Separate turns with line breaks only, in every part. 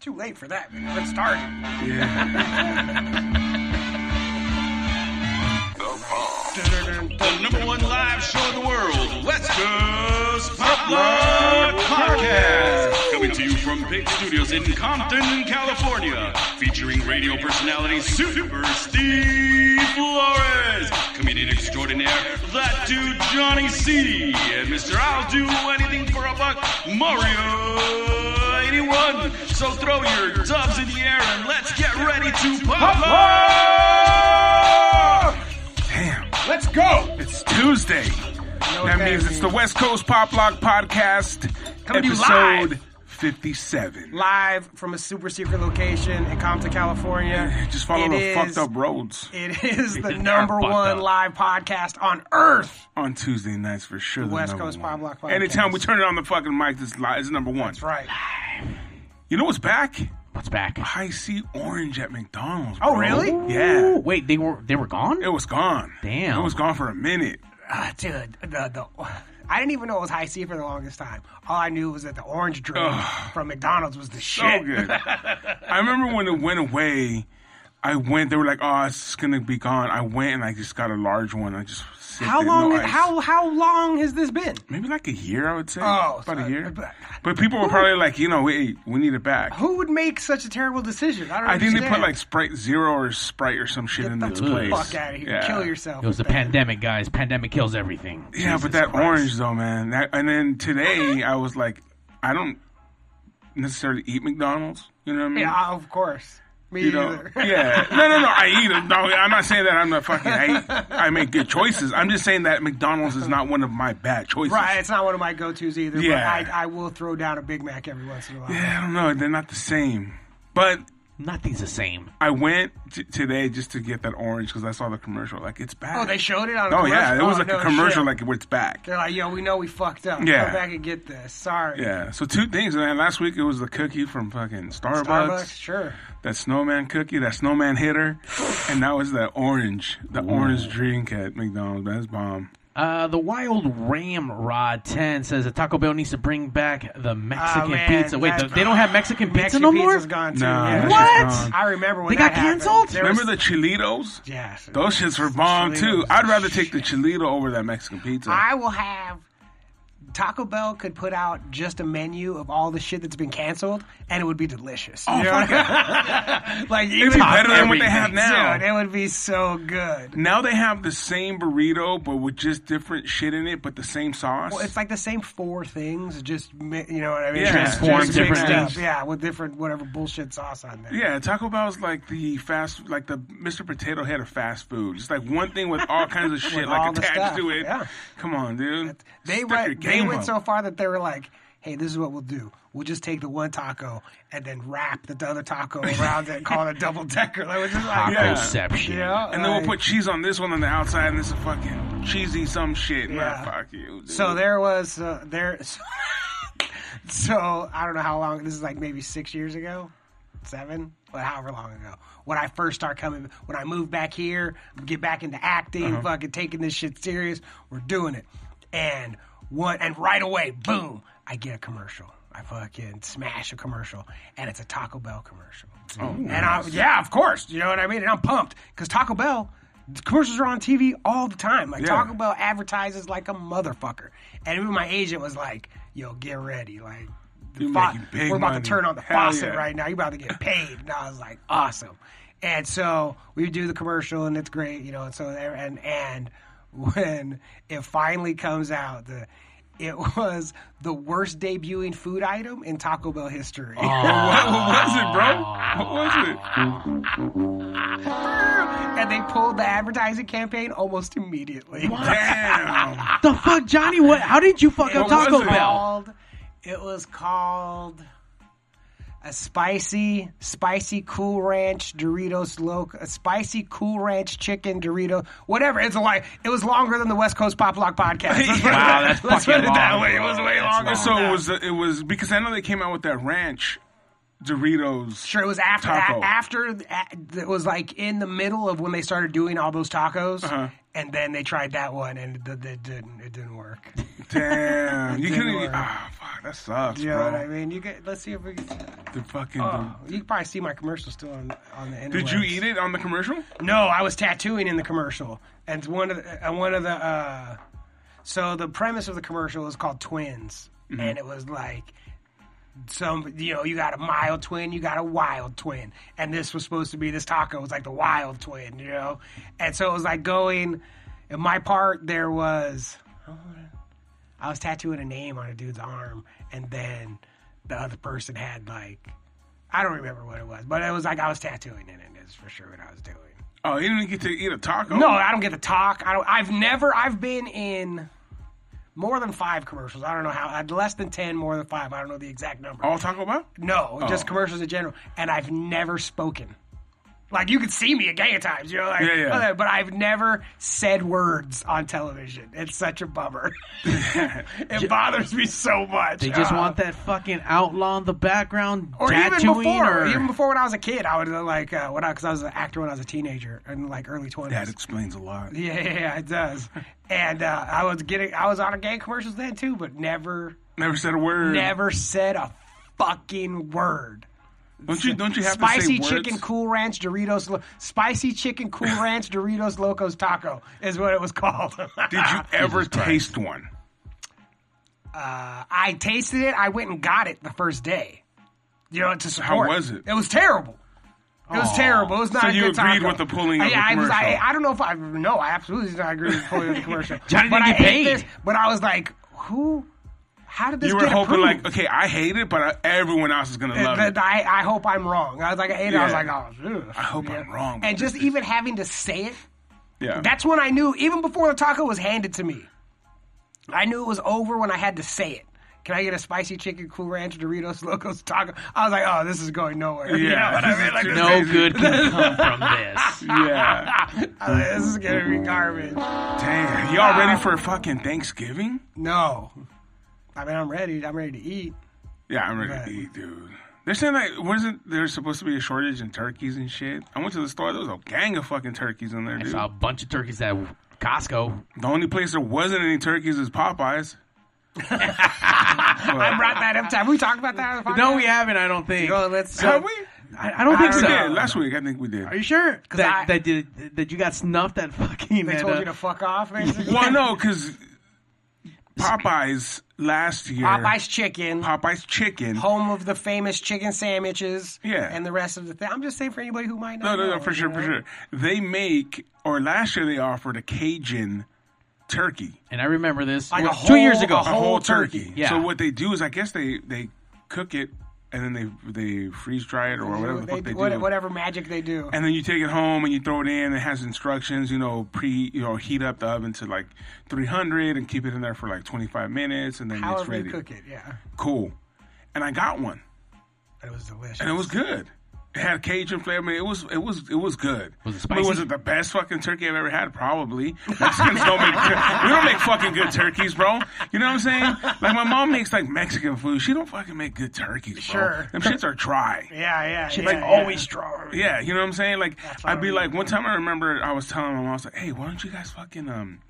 Too late for that. man. Let's start.
The number one live show in the world, Let's Just Pop Lock Podcast. Coming to you from Big Studios in Compton, California. Featuring radio personality Super Steve Flores. Comedian extraordinaire, that dude Johnny C. And Mr. I'll Do Anything for a Buck, Mario 81. So throw your dubs in the air and let's get ready to pop lock!
Damn,
Let's go.
it's Tuesday. that
okay,
means it's
dude.
the West Coast Pop Lock Podcast,
Coming to you
episode
live.
57.
Live from a super secret location in Compton, California.
Just follow
Mm. It
the
is-
fucked up roads
It is the
They're
number
fucked
one
up.
live podcast on earth.
on Tuesday nights for sure. the
West
number
Coast
one.
Pop Lock Podcast.
Anytime we turn it on the fucking mic, this li It's number one.
That's right.
You know what's back?
What's back?
High C Orange at McDonald's.
Oh,
bro.
really?
Yeah.
Wait, they were they were gone?
It was gone.
Damn.
It was gone for a minute.
Ah, dude, the, the, I didn't even know it was high C for the longest time. All I knew was that the orange drink from McDonald's was the
So
shit.
good. I remember when it went away. I went. They were like, "Oh, it's just gonna be gone." I went and I just got a large one. I just sipped
How
it,
long?
No ice.
how how long has this been?
Maybe like a year, I would say.
Oh,
about
so-
a year.
but-
But people were probably like, you know, wait, we need it back.
Who would make such a terrible decision? I don't.
I think they
understand.
put like Sprite Zero or Sprite or some shit
Get
in
the
its
fuck
place.
out of here!
Yeah.
Kill yourself.
It was the
with that.
pandemic, guys. Pandemic kills everything.
Yeah,
Jesus
but that
Christ.
orange though, man. That, and then today, I was like, I don't necessarily eat McDonald's. You know what I mean?
Yeah, of course. Me
You know,
either.
yeah. No, no, no. I eat it. No, I'm not saying that I'm not fucking. I, eat- I make good choices. I'm just saying that McDonald's is not one of my bad choices.
Right, it's not one of my go-tos either.
Yeah.
but I, I will throw down a Big Mac every once in a while.
Yeah, I don't know. They're not the same. But
Nothing's the same.
I went t- today just to get that orange because I saw the commercial. Like it's back.
Oh, they showed it on. A
Oh
commercial?
yeah, it was
Oh,
like
no
a commercial
shit.
like where it's back.
They're like, yo, we know we fucked up.
Yeah.
Come back and get this. Sorry.
Yeah. So two things, man. Last week it was the cookie from fucking Starbucks,
Starbucks, sure.
that snowman cookie, that snowman hitter, and now it's that orange, the orange drink at McDonald's. That's bomb.
Uh, the wild ram rod ten says that Taco Bell needs to bring back the Mexican
Ah, man,
pizza. Wait,
that-
the, they don't have Mexican pizza
Mexican
no more.
pizza's gone too.
Nah,
yeah.
that
shit's
gone.
I remember when
They
that
got
happened.
canceled?
There
Remember
was-
the Chilitos?
Yeah.
Those shits were bomb
Chilitos
too.
is
I'd rather take the Chilito over that Mexican pizza.
I will have. Taco Bell could put out just a menu of all the shit that's been canceled, and it would be delicious.
Oh, fuck it.
like
It'd
even
be better than what they have
everything.
now.
Dude, it would be so good.
Now they have the same burrito, but with just different shit in it, but the same sauce.
Well, it's like the same four things, just mi- you know what I mean.
Yeah.
Transformed
Just mixed
different
up,
things.
Yeah, with different whatever bullshit sauce on there.
yeah, Taco Bell's like the fast, like the Mr. Potato Head of fast food. It's like one thing with all kinds of shit like
all the
attached
stuff,
to it.
yeah.
Come on, dude.
They
Step your
went, they
game
went
up.
so far that they were like, "Hey, this is what we'll do. We'll just take the one taco and then wrap the other taco around it and call it a double decker." Like, which is like,
Yeah.
Conception.
you know,
and then we'll
like-
put cheese on this one on the outside, and this is fucking cheesy some shit.
Yeah.
Nah, fuck you. Dude.
So there was uh, there. So I don't know how long. This is like maybe six years ago, seven, but however long ago. When I first start coming, when I moved back here, get back into acting, fucking taking this shit serious. We're doing it, and one and right away, boom! I get a commercial. I fucking smash a commercial, and it's a Taco Bell commercial. Oh, and I, yeah, of course, you know what I mean. And I'm pumped because Taco Bell. Commercials are on TV all the time. Like
Yeah.
Taco Bell advertises like a motherfucker, and even my agent was like, "Yo, get ready!" Like the
You're
fo-
making big
we're about
money.
to turn on the
Hell
faucet
yeah.
right now. You're about to get paid. And I was like, awesome. And so we do the commercial, and it's great, you know. And so there, and and when it finally comes out, the it was the worst debuting food item in Taco Bell history.
what, what was it, bro? What was it?
and they pulled the advertising campaign almost immediately.
Damn.
The fuck, Johnny? What? How did you fuck up
What was
Taco
it?
Bell?
called- It was called a spicy, spicy Cool Ranch Doritos Loco, a spicy Cool Ranch Chicken Dorito, whatever. It's like it was longer than the West Coast Pop Lock podcast. Let's put it-
Wow, that's
let's put
fucking
it that
long,
way. It
bro.
was way
That's
longer.
long.
so it was. It was because I know they came out with that ranch Doritos.
Sure, it was after
Taco.
a- after a- it was like in the middle of when they started doing all those tacos, and then they tried that one, and it, d- it didn't. It didn't work.
Damn, you
Didn't work.
couldn't. Ah, fuck, that sucks,
You know
bro.
what I mean? You could, let's see if we. Can,
The fucking.
you can probably see my commercial still on on the internet.
did you eat it on the commercial?
No, I was tattooing in the commercial, and one of the, and one of the. Uh, so the premise of the commercial is called Twins, and it was like some you know you got a mild twin, you got a wild twin, and this was supposed to be this taco was like the wild twin, you know, and so it was like going. In my part, there was I was tattooing a name on a dude's arm, and then the other person had like I don't remember what it was, but it was like I was tattooing in it. Is for sure what I was doing.
Oh, you didn't get to eat a taco?
No, I don't get to talk. I don't. I've never. I've been in more than five commercials. I don't know how. uh, Less than ten, more than five. I don't know the exact number.
All Taco Bell?
no, just
Oh.
commercials in general. And I've never spoken. Like you could see me at gay times, you know. Like,
Yeah, yeah.
But I've never said words on television. It's such a bummer. it bothers me so much.
They just
Uh,
want that fucking outlaw in the background
or even
tattooing
before,
or
even before when I was a kid, I would uh, like uh, when I because I was an actor when I was a teenager and like early twenties.
That explains a lot.
Yeah, yeah, yeah, it does. and uh, I was getting, I was on a gang commercials then too, but never,
Never said a word.
never said a fucking word.
Don't you? Don't you have
Spicy
to say
chicken,
words?
Cool Ranch Doritos, lo- spicy chicken, Cool Ranch Doritos Locos Taco is what it was called.
Did
Ah.
you ever taste one?
I tasted it. I went and got it the first day. You know, to support.
was it?
It was terrible. It was
Aw.
terrible. It was not
So
a
you
good
agreed
taco.
with the pulling of
I,
the
I, was- I,
commercial.
I don't know if I no. I absolutely did not agree with the pulling of the commercial.
Johnny
but
didn't
I
get
ate
paid.
this. But I was like, who? How did this?
You were
get
hoping
approved?
like, okay, I hate it, but I, everyone else is gonna love
Th-
it.
th- I, I hope I'm wrong. I was like, I ate it. I was
Yeah.
like, oh, ugh.
I hope I'm wrong. but
and just
this is-
even having to say it,
yeah.
that's when I knew. Even before the taco was handed to me, I knew it was over when I had to say it. Can I get a spicy chicken Cool Ranch Doritos Locos Taco? I was like, oh, this is going nowhere. You know what I mean? Like,
This
this-
is
no
crazy.
good can come from this.
Yeah.
I was like, this is gonna be garbage.
Damn. Y'all ready for fucking Thanksgiving?
No, I mean I'm ready. I'm ready to eat.
Yeah, I'm ready
Right.
to eat, dude. They're saying like, wasn't there supposed to be a shortage in turkeys and shit? I went to the store. There was a gang of fucking turkeys in there,
I
dude.
saw a bunch of turkeys at Costco.
The only place there wasn't any turkeys is Popeyes.
I brought that up. to- Have we talked about that? On the podcast?
No, we haven't. I don't think.
Go, let's.
Have we?
I, I don't think
I
We
so.
don't
did last week. I think we did.
Are you sure?
'Cause
That
I-
that did that you got snuffed at fucking.
They
at,
told
uh,
you to fuck off. Basically.
Well, no, because Popeyes last year.
Popeye's chicken.
Popeyes chicken.
home of the famous chicken sandwiches.
Yeah.
And the rest of the thing. I'm just saying for anybody who might
No,
not.
no,
know,
no, for
you
sure,
know?
for sure. They make, or last year they offered a Cajun turkey,
and I remember this
Like a
Well, two years
whole-
ago.
a
a whole
whole
turkey.
turkey.
Yeah.
So what they do is, I guess they they cook it and then they they freeze dry it or whatever the
They,
fuck they,
what-
do.
Whatever magic they do.
And then you take it home and you throw it in. It has instructions, you know, pre, you know, heat up the oven to like 300 and keep it in there for like 25 minutes, and then it's
However
ready.
you cook it, yeah.
Cool. And I got one.
It was delicious.
and it was good. It had Cajun flavor. I mean, it was it was it was good.
Was it
I mean, was
spicy?
it the best fucking turkey I've ever had? Probably. Mexicans don't make tur- we don't make fucking good turkeys, bro. You know what I'm saying? Like my mom makes like Mexican food. She don't fucking make good turkeys, bro.
Sure.
Them shits are dry.
yeah, yeah.
She's
yeah,
like
yeah.
always strong.
Yeah, you know what I'm saying? Like
That's what
I'd be
I mean.
like one time I remember I was telling my mom I was like, "Hey, why don't you guys fucking um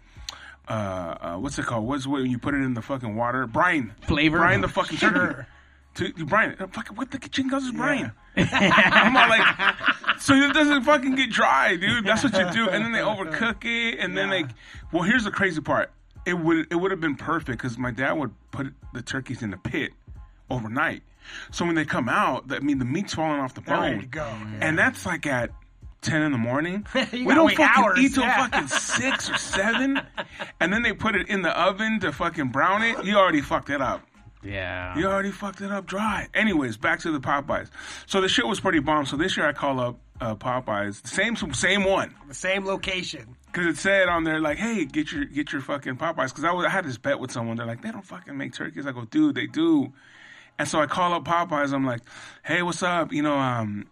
uh, uh what's it called? What's when you put it in the fucking water? Brine.
Flavor?
Brine the fucking turkey.
Sure.
To, you brine it. Uh, Fucking what the kitchen goes is brine. I'm all like so it doesn't fucking get dry, dude. That's what you do. And then they overcook it and then like well, here's the crazy part. It would it would have been perfect cuz my dad would put the turkeys in the pit overnight. So when they come out, I mean the meat's falling off the bone.
ready to go.
And that's like at ten in the morning. we
gotta
don't
wait
fucking
hours,
eat till
yeah.
fucking six or seven, and then they put it in the oven to fucking brown it. You already fucked it up.
Yeah.
You already fucked it up dry. Anyways, back to the Popeyes. So the shit was pretty bomb. So this year I call up uh, Popeyes, same same one,
The same location.
because it said on there like, "Hey, get your get your fucking Popeyes." Because I, was- I had this bet with someone. They're like, "They don't fucking make turkeys." I go, "Dude, they do." And so I call up Popeyes. I'm like, "Hey, what's up? You know, um,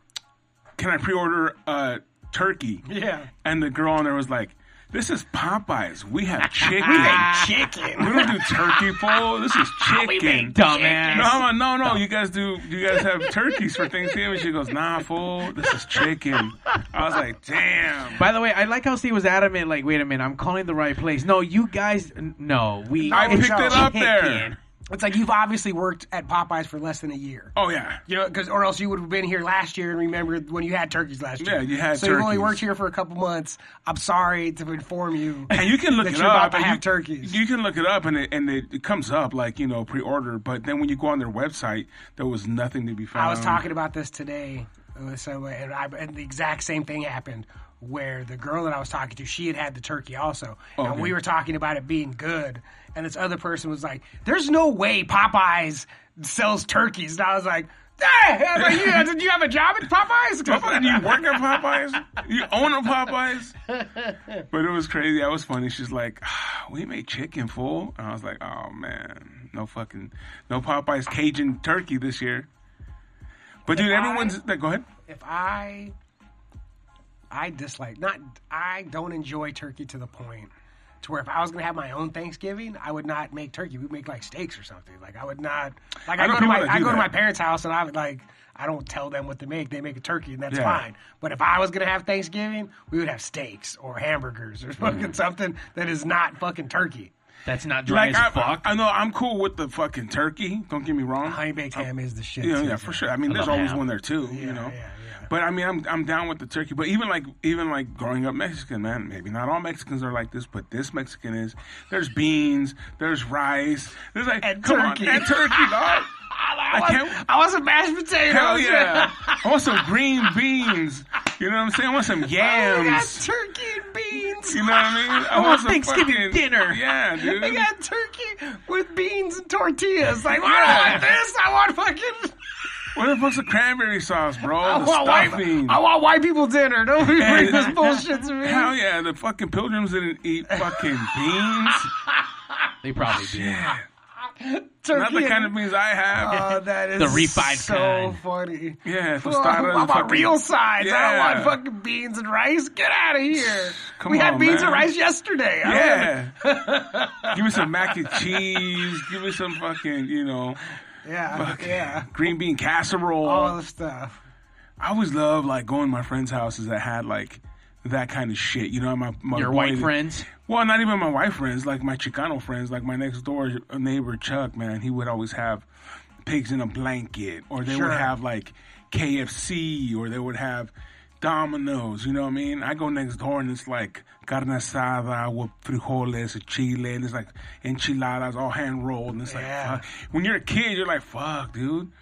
can I pre-order uh, turkey?"
Yeah.
And the girl on there was like, This is Popeyes. We have chicken.
chicken.
We don't do turkey bowl. This is chicken.
Dumbass.
No, no, no. You guys do. You guys have turkeys for Thanksgiving. She goes, Nah, fool. This is chicken. I was like, Damn.
By the way, I like how Steve was adamant. Like, wait a minute, I'm calling the right place. No, you guys, n- no, we.
I
it's
picked it up
chicken.
there.
It's like you've obviously worked at Popeyes for less than a year.
Oh yeah.
You know, because or else you would have been here last year and remembered when you had turkeys last year.
Yeah, you had
So you've only
turkeys.
worked here for a couple months. I'm sorry to inform you.
And you can look
that
it
you're
up.
about to
and
have
you,
turkeys.
You can look it up, and it and it, it comes up like you know pre-order. But then when you go on their website, there was nothing to be found.
I was talking about this today with someone, and, I, and the exact same thing happened. Where the girl that I was talking to, she had had the turkey also,
Okay.
and we were talking about it being good. And this other person was like, "There's no way Popeyes sells turkeys." And I was like, "Hey, I was like, you, did you have a job at Popeyes?"
Popeye- do you work at Popeyes? You own a Popeyes? But it was crazy. I was funny. She's like, "Ah, "We made chicken, fool," and I was like, "Oh man, no fucking, no Popeyes Cajun turkey this year." But dude, everyone's like, "Go ahead."
if I I dislike not I don't enjoy turkey to the point to where if I was gonna have my own Thanksgiving, I would not make turkey. We'd make like steaks or something. Like I would not like I,
know
go to
people
my
that
I
do
go to
that.
my parents' house and I would like I don't tell them what to make. They make a turkey and that's
Yeah.
fine. But if I was gonna have Thanksgiving, we would have steaks or hamburgers or
Mm.
fucking something that is not fucking turkey.
That's not dry
Like,
as
I,
fuck.
I know I'm cool with the fucking turkey. Don't get me wrong.
Honey baked ham is the shit.
Yeah,
too,
yeah,
so.
for sure. I mean, there's
love
always
ham.
one there too, you
Yeah,
know.
yeah, yeah.
But I mean, I'm I'm down with the turkey. But even like even like growing up Mexican, man, maybe not all Mexicans are like this, but this Mexican is. There's beans, there's rice, there's like
And
come
turkey.
on, and turkey, dog.
I,
I
was,
can't-
I was a mashed potato.
Hell yeah! I want some green beans. You know what I'm saying? I want
Oh,
some
They got
yams.
turkey and beans.
You know what I mean? I
want
some
Thanksgiving dinner.
Yeah, dude.
They got turkey with beans and tortillas. Like, why
Yeah.
do I want this? I want fucking.
what the fuck's the cranberry sauce, bro?
I
the
want,
stuffing.
white, I want white people dinner. Don't be bring
And-
this bullshit to me.
Hell yeah! The fucking pilgrims didn't eat fucking beans.
they probably do.
Turkey
Not the kind of
and-
beans I have.
Oh, that is
The refined
so
kind.
funny.
Yeah,
Well,
tostada
I
and
want
fucking-
real sides. I
Yeah.
don't want fucking beans and rice. Get out of here.
Come
we had
on,
beans
man.
and rice yesterday. I don't-
Yeah. Give me some mac and cheese. Give me some fucking, you know,
Yeah. Yeah.
green bean casserole.
All the stuff.
I always love like going to my friends' houses that had like that kind of shit. You know, my my
Your
boy-
white friends.
Well, not even my white friends, like my Chicano friends, like my next door neighbor Chuck, man, he would always have pigs in a blanket, or they
Sure.
would have like KFC, or they would have Domino's, you know what I mean? I go next door and it's like carne asada with frijoles, chile, and it's like enchiladas all hand rolled, and it's
Yeah.
like, fuck. When you're a kid, you're like, fuck, dude.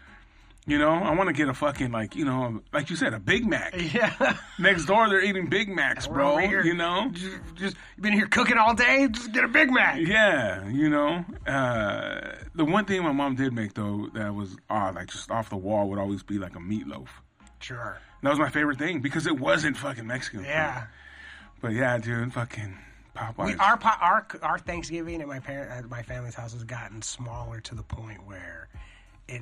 You know, I want to get a fucking, like, you know, like you said, a Big Mac.
Yeah.
Next door, they're eating Big Macs,
We're
bro,
over here.
you know?
Just, just you been here cooking all day. Just get a Big Mac.
Yeah, you know, uh, the one thing my mom did make though that was odd, like just off the wall, would always be like a meatloaf.
Sure.
That was my favorite thing because it wasn't fucking Mexican. food.
Yeah.
but yeah, dude, fucking Popeyes.
We, our, pa- our our Thanksgiving at my parent at my family's house has gotten smaller to the point where it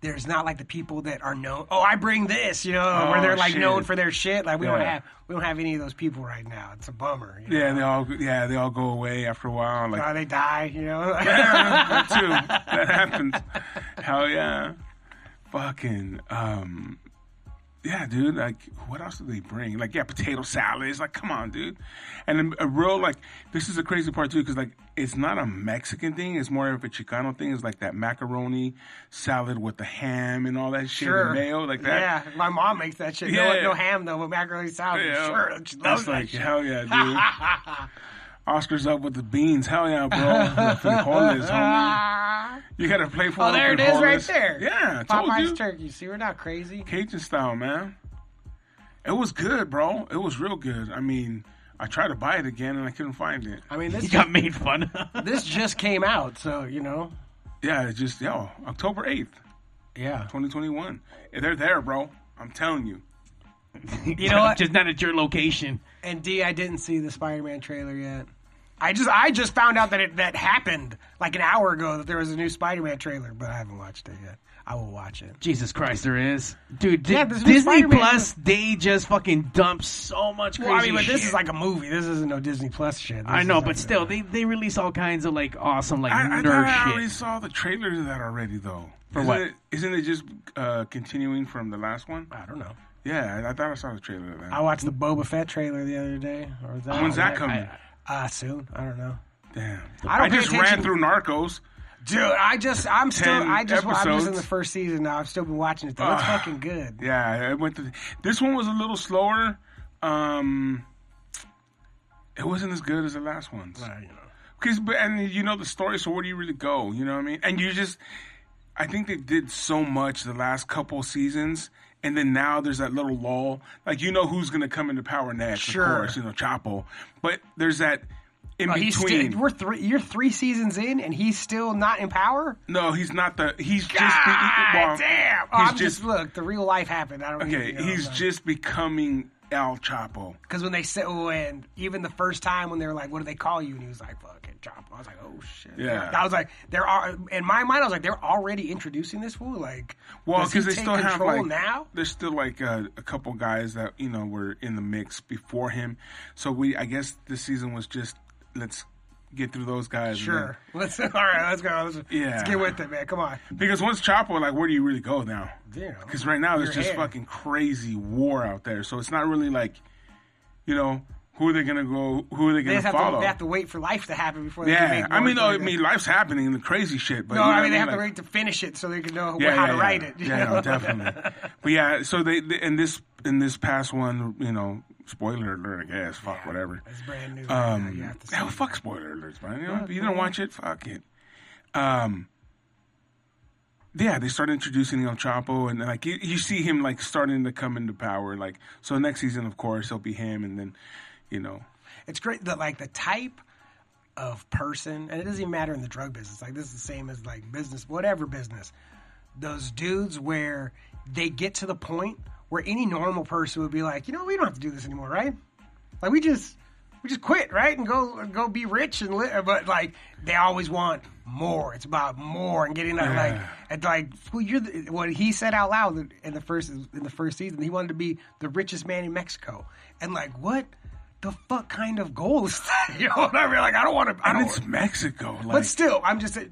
there's not like the people that are known. Oh, I bring this, you know, where
Oh,
they're like
shit.
known for their shit. Like we don't
Yeah.
have we don't have any of those people right now. It's a bummer. You know?
yeah, they all yeah they all go away after a while. Like
Uh, they die, you know.
that too, that happens. Hell yeah, fucking um, yeah, dude. Like, what else do they bring? Like, yeah, potato salads. Like, come on, dude. And then a real like, this is the crazy part too, because like, it's not a Mexican thing. It's more of a Chicano thing. It's like that macaroni salad with the ham and all that shit,
sure.
and mayo like that.
Yeah, my mom makes that shit.
Yeah.
No, no ham though, but macaroni salad.
Yeah.
Sure, she loves
That's
that
like
shit.
hell yeah, dude. Oscar's up with the beans. Hell yeah, bro. The frijoles, homie. You gotta play for
Oh,
the
there it is, right
frijoles.
there.
Yeah, I told
Popeye's
you.
turkey. See, we're not crazy.
Cajun style, man. It was good, bro. It was real good. I mean, I tried to buy it again and I couldn't find it.
I mean, this
He got made fun of.
this just came out, so you know.
Yeah, it's just yo, October eighth,
Yeah.
twenty twenty one. They're there, bro. I'm telling you.
you
know what?
Just not at your location.
And D, I didn't see the Spider-Man trailer yet. I just I just found out that it that happened like an hour ago that there was a new Spider-Man trailer, but I haven't watched it yet. I will watch it.
Jesus Christ, there is, dude. Di-
Yeah, this is
Disney
Spider-Man.
Plus, they just fucking dump so much crazy.
Well, I mean, but this
shit.
is like a movie. This isn't no Disney Plus shit. This
I know,
is
but
like
still, they they release all kinds of like awesome like
I, I thought
nerd
I
shit.
already saw the trailer to that already, though. For isn't
what?
It, isn't it just uh, continuing from the last one?
I don't know.
Yeah, I, I thought I saw the trailer to that.
I watched the Boba Fett trailer the other day. Or was that
When's that
yeah.
coming?
Uh, soon. I don't know.
Damn.
I don't pay
just ran
attention-
through Narcos.
Dude, I just I'm still
10
I just I'm just in
episodes.
the first season now. I've still been watching it though. It's
Ah.
Ugh.
fucking good.
Yeah, I went through. This one was a little slower. Um, it wasn't as good as the last ones.
Uh, you know.
Because but and you know the story, so where do you really go? You know what I mean? And you just, I think they did so much the last couple seasons, and then now there's that little lull. Like you know who's gonna come into power next?
Sure.
of course, you know Chapo. But there's that in
Uh, he's
between.
still, we're three you're three seasons in and he's still not in power?
no, he's not the. He's
God
just. Be, well,
damn! Oh,
he's
I'm just,
just-
look. The real life happened. I don't.
Okay, he's just becoming El Chapo.
because when they said when even the first time when they were like, "What do they call you?" and he was like, "Fucking chop." I was like, "Oh shit!"
Yeah.
I was like, "There are." In my mind, I was like, "They're already introducing this fool." Like,
Well,
does he
because they
take
still have
control
like
now.
There's still like uh, a, a couple guys that you know were in the mix before him. So we, I guess, this season was just let's get through those guys. and
Sure. Let's all right. Let's go. Let's,
Yeah.
let's get with it, man. Come on.
then- because once Chapo, like, where do you really go now?
You know.
Because right now there's
Your
just
head.
fucking crazy war out there. So it's not really like, you know, who are they gonna go? Who are they
They
gonna
just have
follow?
to, they have to wait for life to happen before. They can
yeah,
make
I mean,
noise
no, I
like
mean,
that.
life's happening, the crazy shit. But
no,
you know
I
what
mean they have
Like-
to wait to finish it so they can know how to write it. you
Yeah,
know?
no, definitely. but yeah, so they, they in this in this past one, you know, spoiler alert, I guess. Fuck whatever.
It's brand new. right now.
Um,
You have to see
hell,
it.
fuck spoiler alerts, man. You, know, if you didn't watch it, fuck it. Um, yeah, they started introducing El Chapo, and like you, you see him like starting to come into power. Like so, next season, of course, it'll be him, and then you know,
it's great that like the type of person and it doesn't even matter in the drug business like this is the same as like business whatever business those dudes where they get to the point where any normal person would be like you know we don't have to do this anymore right like we just we just quit right and go go be rich and live but like they always want more it's about more and getting that like
Yeah.
and like well, you're the, what he said out loud in the first in the first season he wanted to be the richest man in Mexico and like what the fuck kind of goal is that you know what I mean like I don't want to I
and
don't
it's Mexico. Like,
but still, I'm just uh,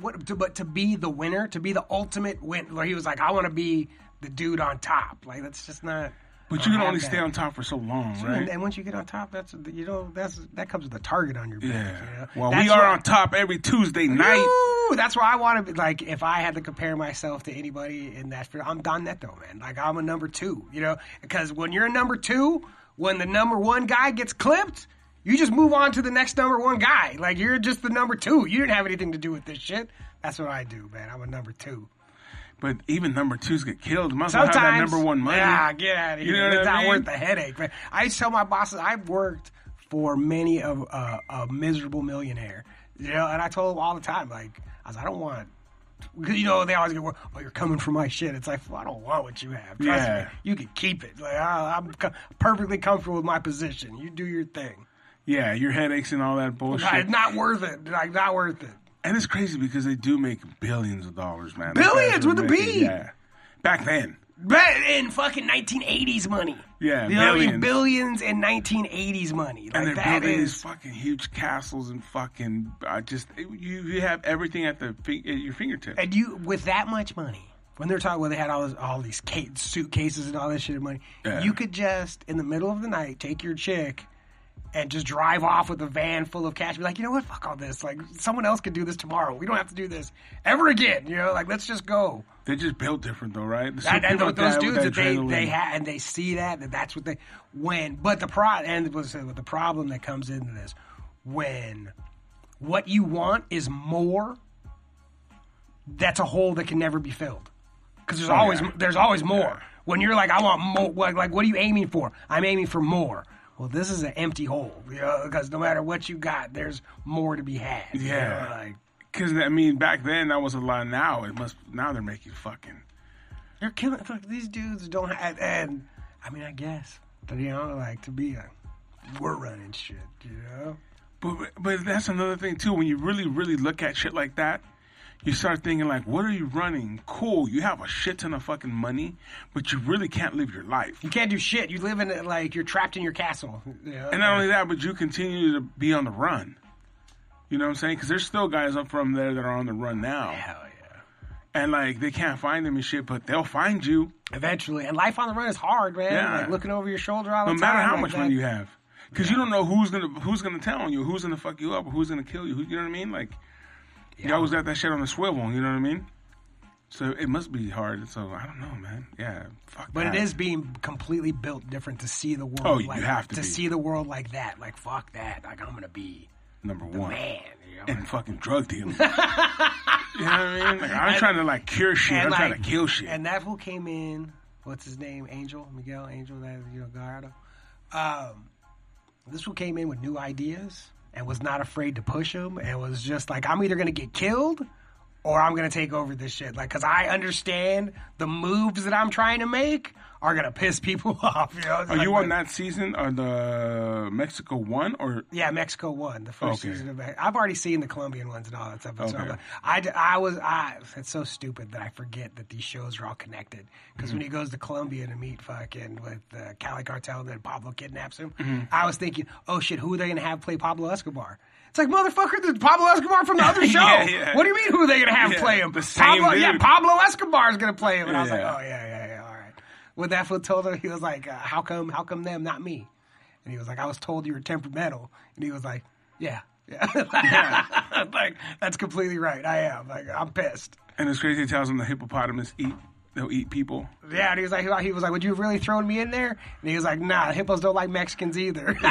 what to, but to be the winner, to be the ultimate win. Where he was like, I want to be the dude on top. Like that's just not.
but you can
have
only
that.
stay on top for so long, right?
And, and once you get on top, that's you know that's that comes with a target on your back. You
yeah.
know?
Well,
That's
we are
why-
on top every Tuesday night.
Ooh, that's why I want to be like if I had to compare myself to anybody in that field, I'm Don Neto, man. Like I'm a number two, you know, because when you're a number two, when the number one guy gets clipped, you just move on to the next number one guy. Like you're just the number two. You didn't have anything to do with this shit. That's what I do, man. I'm a number two.
But even number twos get killed. Might as well have
Sometimes
that number one money.
Yeah, get out of
You
here.
know
it's
what I
not
mean?
worth the headache. But I used to tell my bosses I've worked for many of uh, a miserable millionaire. You know, and I told them all the time, like I was, I don't want. Because you know they always get, oh, you're coming for my shit. It's like well, I don't want what you have. Trust
Yeah.
me, you can keep it. Like I, I'm co- perfectly comfortable with my position. You do your thing.
Yeah, your headaches and all that bullshit.
It's not worth it. Like not worth it.
and it's crazy because they do make billions of dollars, man.
Billions
Those guys are
with a B.
making- Yeah. Back then.
But in fucking 1980s money.
Yeah,
you know, what I mean?
billions.
billions in 1980s money. Like
And they're
that
building these
is
fucking huge castles and fucking. I just you you have everything at the fi- at your fingertips.
And you with that much money, when they're talking, when they had all this, all these ca- suitcases and all this shit of money,
Yeah.
you could just in the middle of the night take your chick and just drive off with a van full of cash. Be like, you know what? Fuck all this. Like someone else could do this tomorrow. We don't have to do this ever again. You know, like let's just go.
They're just built different though, right? So
And, and
people
with
with
those
that- with
dudes that they
adrenaline.
they ha- and they see that that that's what they when. But the pro and what I said, the problem that comes into this when what you want is more. That's a hole that can never be filled because there's always
Oh, yeah.
there's always more. When you're like, I want more. Like, like, what are you aiming for? I'm aiming for more. Well, this is an empty hole because no matter what you got, there's more to be had. you know,
Yeah.
like
Because I mean, back then that was a lot. Now it must. Now they're making fucking.
They're killing like, these dudes don't have and I mean I guess. But you know, like to be a we're running shit, you know?
But but that's another thing too. When you really really look at shit like that, you start thinking like, what are you running? Cool, you have a shit ton of fucking money, but you really can't live your life.
You can't do shit. You live in it like you're trapped in your castle. Yeah.
And not only that, but you continue to be on the run. You know what I'm saying? Because there's still guys up from there that are on the run now,
Hell yeah.
and like they can't find them and shit, but they'll find you
Eventually, and life on the run is hard, man.
Yeah.
Like looking over your shoulder all the
no
time.
matter how
like
much
that.
money you have. Because you don't know who's gonna who's gonna tell on you, who's gonna fuck you up, or who's gonna kill you. Who, you know what I mean? Like you always got that shit on the swivel. You know what I mean? So it must be hard. So I don't know, man. Yeah, fuck.
But
that.
it is being completely built different to see the world.
Oh, you
like,
have to be.
see the world like that. Like fuck that. Like I'm gonna be
number one.
man. You know?
and fucking drug dealing. you know what I mean? Like, I'm trying to like cure shit. I'm
And,
trying to
like,
kill shit.
And that who came in, what's his name? Angel Miguel Angel, that you know, Gallardo. Um, this who came in with new ideas and was not afraid to push them, and was just like, I'm either gonna get killed or I'm gonna take over this shit, like, cause I understand the moves that I'm trying to make are gonna piss people off. You know? It's
Are
like,
you
but-
on that season or the Mexico one or?
Yeah, Mexico won the first
Okay.
season of. Mex- I've already seen the Colombian ones and all that stuff. So,
Okay.
but I, d- I was I. It's so stupid that I forget that these shows are all connected. Because
Mm-hmm.
when he goes to Colombia to meet fucking with uh, Cali Cartel, and then Pablo kidnaps him.
Mm-hmm.
I was thinking, oh shit, who are they gonna have play Pablo Escobar? It's like motherfucker, the Pablo Escobar from the other show.
Yeah, yeah.
What do you mean? Who are they gonna have
Yeah,
play him?
the same
Pablo, Yeah,
dude.
Pablo Escobar is gonna play him. And I was like,
Yeah.
oh yeah, yeah, yeah, all right. When that fool told him, he was like, uh, how come, how come them, not me? And he was like, I was told you were temperamental. And he was like, yeah. Yeah. like, that's completely right. I am. Like, I'm pissed.
And it's crazy. It tells them the hippopotamus eat. They'll eat people.
Yeah, and he was like, he was like, would you have really thrown me in there? And he was like, nah, hippos don't like Mexicans either.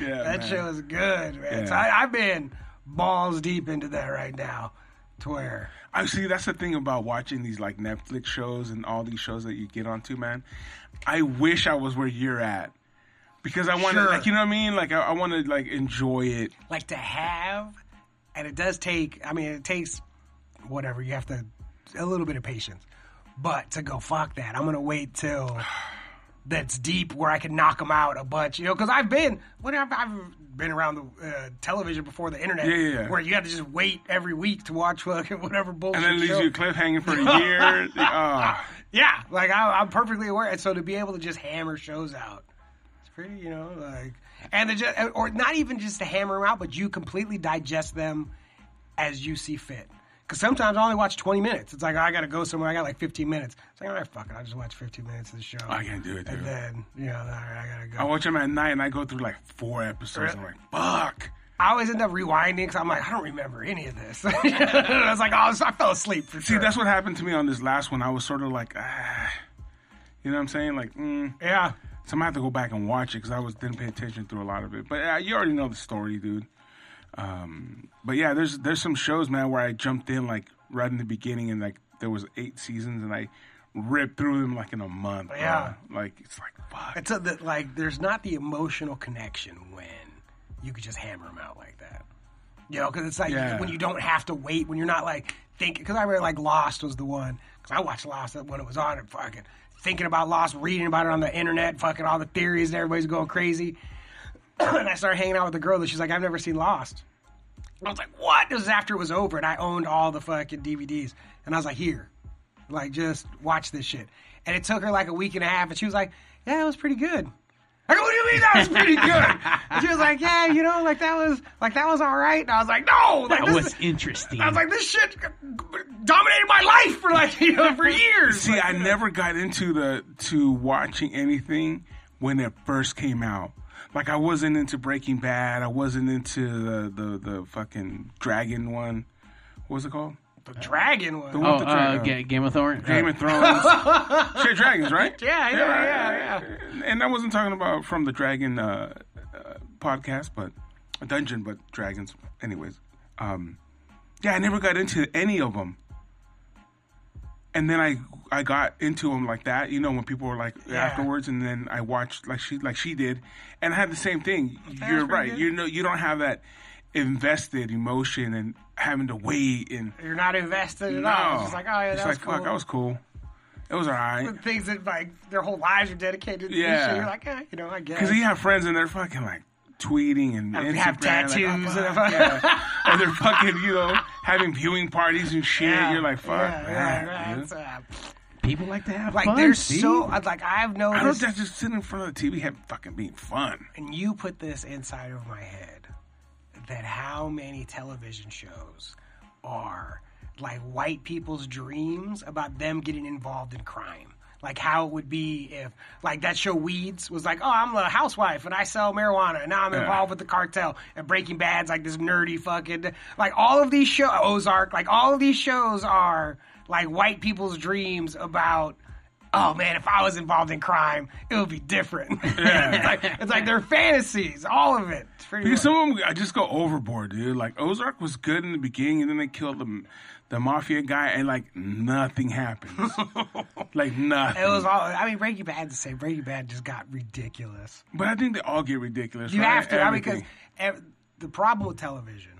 Yeah,
that
man.
show is good, man. So
Yeah.
I, I've been balls deep into that right now. To where
I see. That's the thing about watching these like Netflix shows and all these shows that you get onto, man. I wish I was where you're at because I want to,
Sure.
like, you know what I mean? Like, I, I want to like enjoy it.
like to have, and it does take. I mean, it takes whatever you have to a little bit of patience, but to go fuck that, I'm gonna wait till that's deep where I can knock them out a bunch, you know? Because I've been what I've, I've been around the uh, television before the internet,
Yeah, yeah, yeah.
where you have to just wait every week to watch fucking whatever bullshit.
And then it leaves
show.
you a cliffhanger for a year. Ah.
Yeah, like I, I'm perfectly aware. And so to be able to just hammer shows out, it's pretty, you know, like, and the just, or not even just to hammer them out, but you completely digest them as you see fit. Because sometimes I only watch 20 minutes. It's like, I got to go somewhere. I got like 15 minutes. It's like, all right, fuck it. I'll just watch 15 minutes of the show.
I can't do it,
And
dude.
then, you know, all right, I got to go.
I watch them at night and I go through like four episodes. and I'm like, fuck.
I always end up rewinding because I'm like, I don't remember any of this. I was like, oh, I fell asleep. For
See,
sure.
that's what happened to me on this last one. I was sort of like, ah. You know what I'm saying? Like, mm.
yeah.
so I'm gonna have to go back and watch it because I was didn't pay attention through a lot of it. But uh, you already know the story, dude. Um, but yeah, there's there's some shows, man, where I jumped in like right in the beginning and like there was eight seasons and I ripped through them like in a month. bro.
Yeah.
like it's like fuck.
It's a, that like there's not the emotional connection when you could just hammer them out like that. You know, because it's like
Yeah.
when you don't have to wait, when you're not like thinking. Because I remember like Lost was the one because I watched Lost when it was on and fucking thinking about Lost, reading about it on the internet, fucking all the theories and everybody's going crazy. and I started hanging out with the girl that she's like, I've never seen Lost. And I was like, what? This is after it was over, and I owned all the fucking DVDs. And I was like, here, like, just watch this shit. And it took her like a week and a half, and she was like, yeah, that was pretty good. I go, what do you mean that was pretty good? and she was like, yeah, you know, like that was like that was all right. And I was like, no, like,
That
this
was
is-
interesting.
I was like, this shit dominated my life for like you know for years.
See,
Like,
I
you know.
never got into the to watching anything when it first came out. Like I wasn't into Breaking Bad. I wasn't into the the, the fucking dragon one. What was it called?
the dragon was.
The
oh,
one with the
uh,
dragon.
Ga- Game of Thrones. Uh,
Game of Thrones. Shit, dragons, right?
Yeah, yeah, yeah,
yeah. And I wasn't talking about from the dragon uh, uh, podcast, but a dungeon, but dragons. Anyways, um, yeah, I never got into any of them. And then I I got into them like that, you know, when people were like afterwards, and then I watched like she like she did, and I had the same thing. You're
pretty
right.
good.
You know, you don't have that invested emotion and having to wait and
You're not invested at all. It's just like, oh yeah,
It's
that was
like,
cool.
fuck, that was cool. It was alright.
the things that like their whole lives are dedicated to.
Yeah.
Yeah. You're like, eh, you know, I guess.
Because you have friends and they're fucking like, tweeting and
And
Instagram,
have
like,
tattoos
oh, fuck,
and a-
yeah. and they're fucking, you know, having viewing parties and shit. You're like, fuck,
Yeah,
that,
yeah,
dude.
that's, uh,
People like to have
like
fun.
there's
Steve.
so I'd like I've
I don't
noticed,
that's just sitting in front of the TV having fucking being fun.
and you put this inside of my head that how many television shows are like white people's dreams about them getting involved in crime. Like how it would be if like that show Weeds was like, oh, I'm a housewife and I sell marijuana and now I'm
Yeah.
involved with the cartel and Breaking Bad's like this nerdy fucking like all of these shows Ozark like all of these shows are like white people's dreams about. Oh man, if I was involved in crime, it would be different. it's, like, it's like their fantasies, all of it. It's pretty
Because
much-
some of them, I just go overboard, dude. Like Ozark was good in the beginning, and then they killed the the mafia guy, and like nothing happens. like nothing.
It was all. I mean, Breaking Bad. To say Breaking Bad just got ridiculous.
but I think they all get ridiculous.
You
right?
have to. I mean, because
Everything.
the problem with television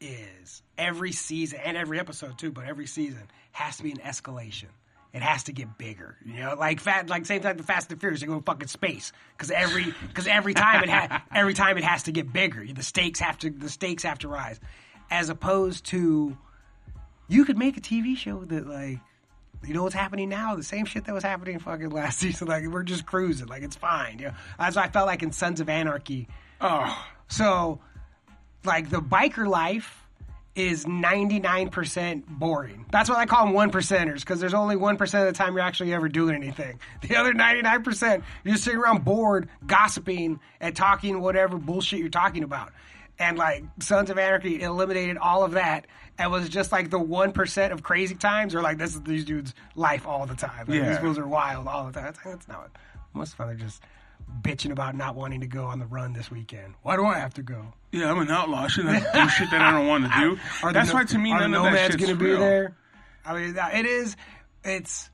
is every season and every episode too, but every season has to be an escalation. It has to get bigger, you know. Like fat, like same like the Fast and Furious, they go fucking space because every because every time it ha- every time it has to get bigger. The stakes have to the stakes have to rise, as opposed to you could make a TV show that like you know what's happening now? The same shit that was happening fucking last season. Like we're just cruising. Like it's fine. You know, that's what I felt like in Sons of Anarchy.
oh,
So, like the biker life is ninety nine percent boring. That's what I call them one percenters because there's only one percent of the time you're actually ever doing anything. The other ninety nine percent you're just sitting around bored, gossiping and talking whatever bullshit you're talking about. And like Sons of Anarchy eliminated all of that and was just like the one percent of crazy times, or like this is these dudes' life all the time. Like,
Yeah.
These fools are wild all the time. It's like, that's not what most of them are just bitching about not wanting to go on the run this weekend. Why do I have to go?
yeah, I'm an outlaw. I shouldn't have to do shit that I don't want to do.
Are the
That's
no-
why to me
are
none
the
of that
nomads
shit's
gonna be
real.
there. I mean, that- it is. It's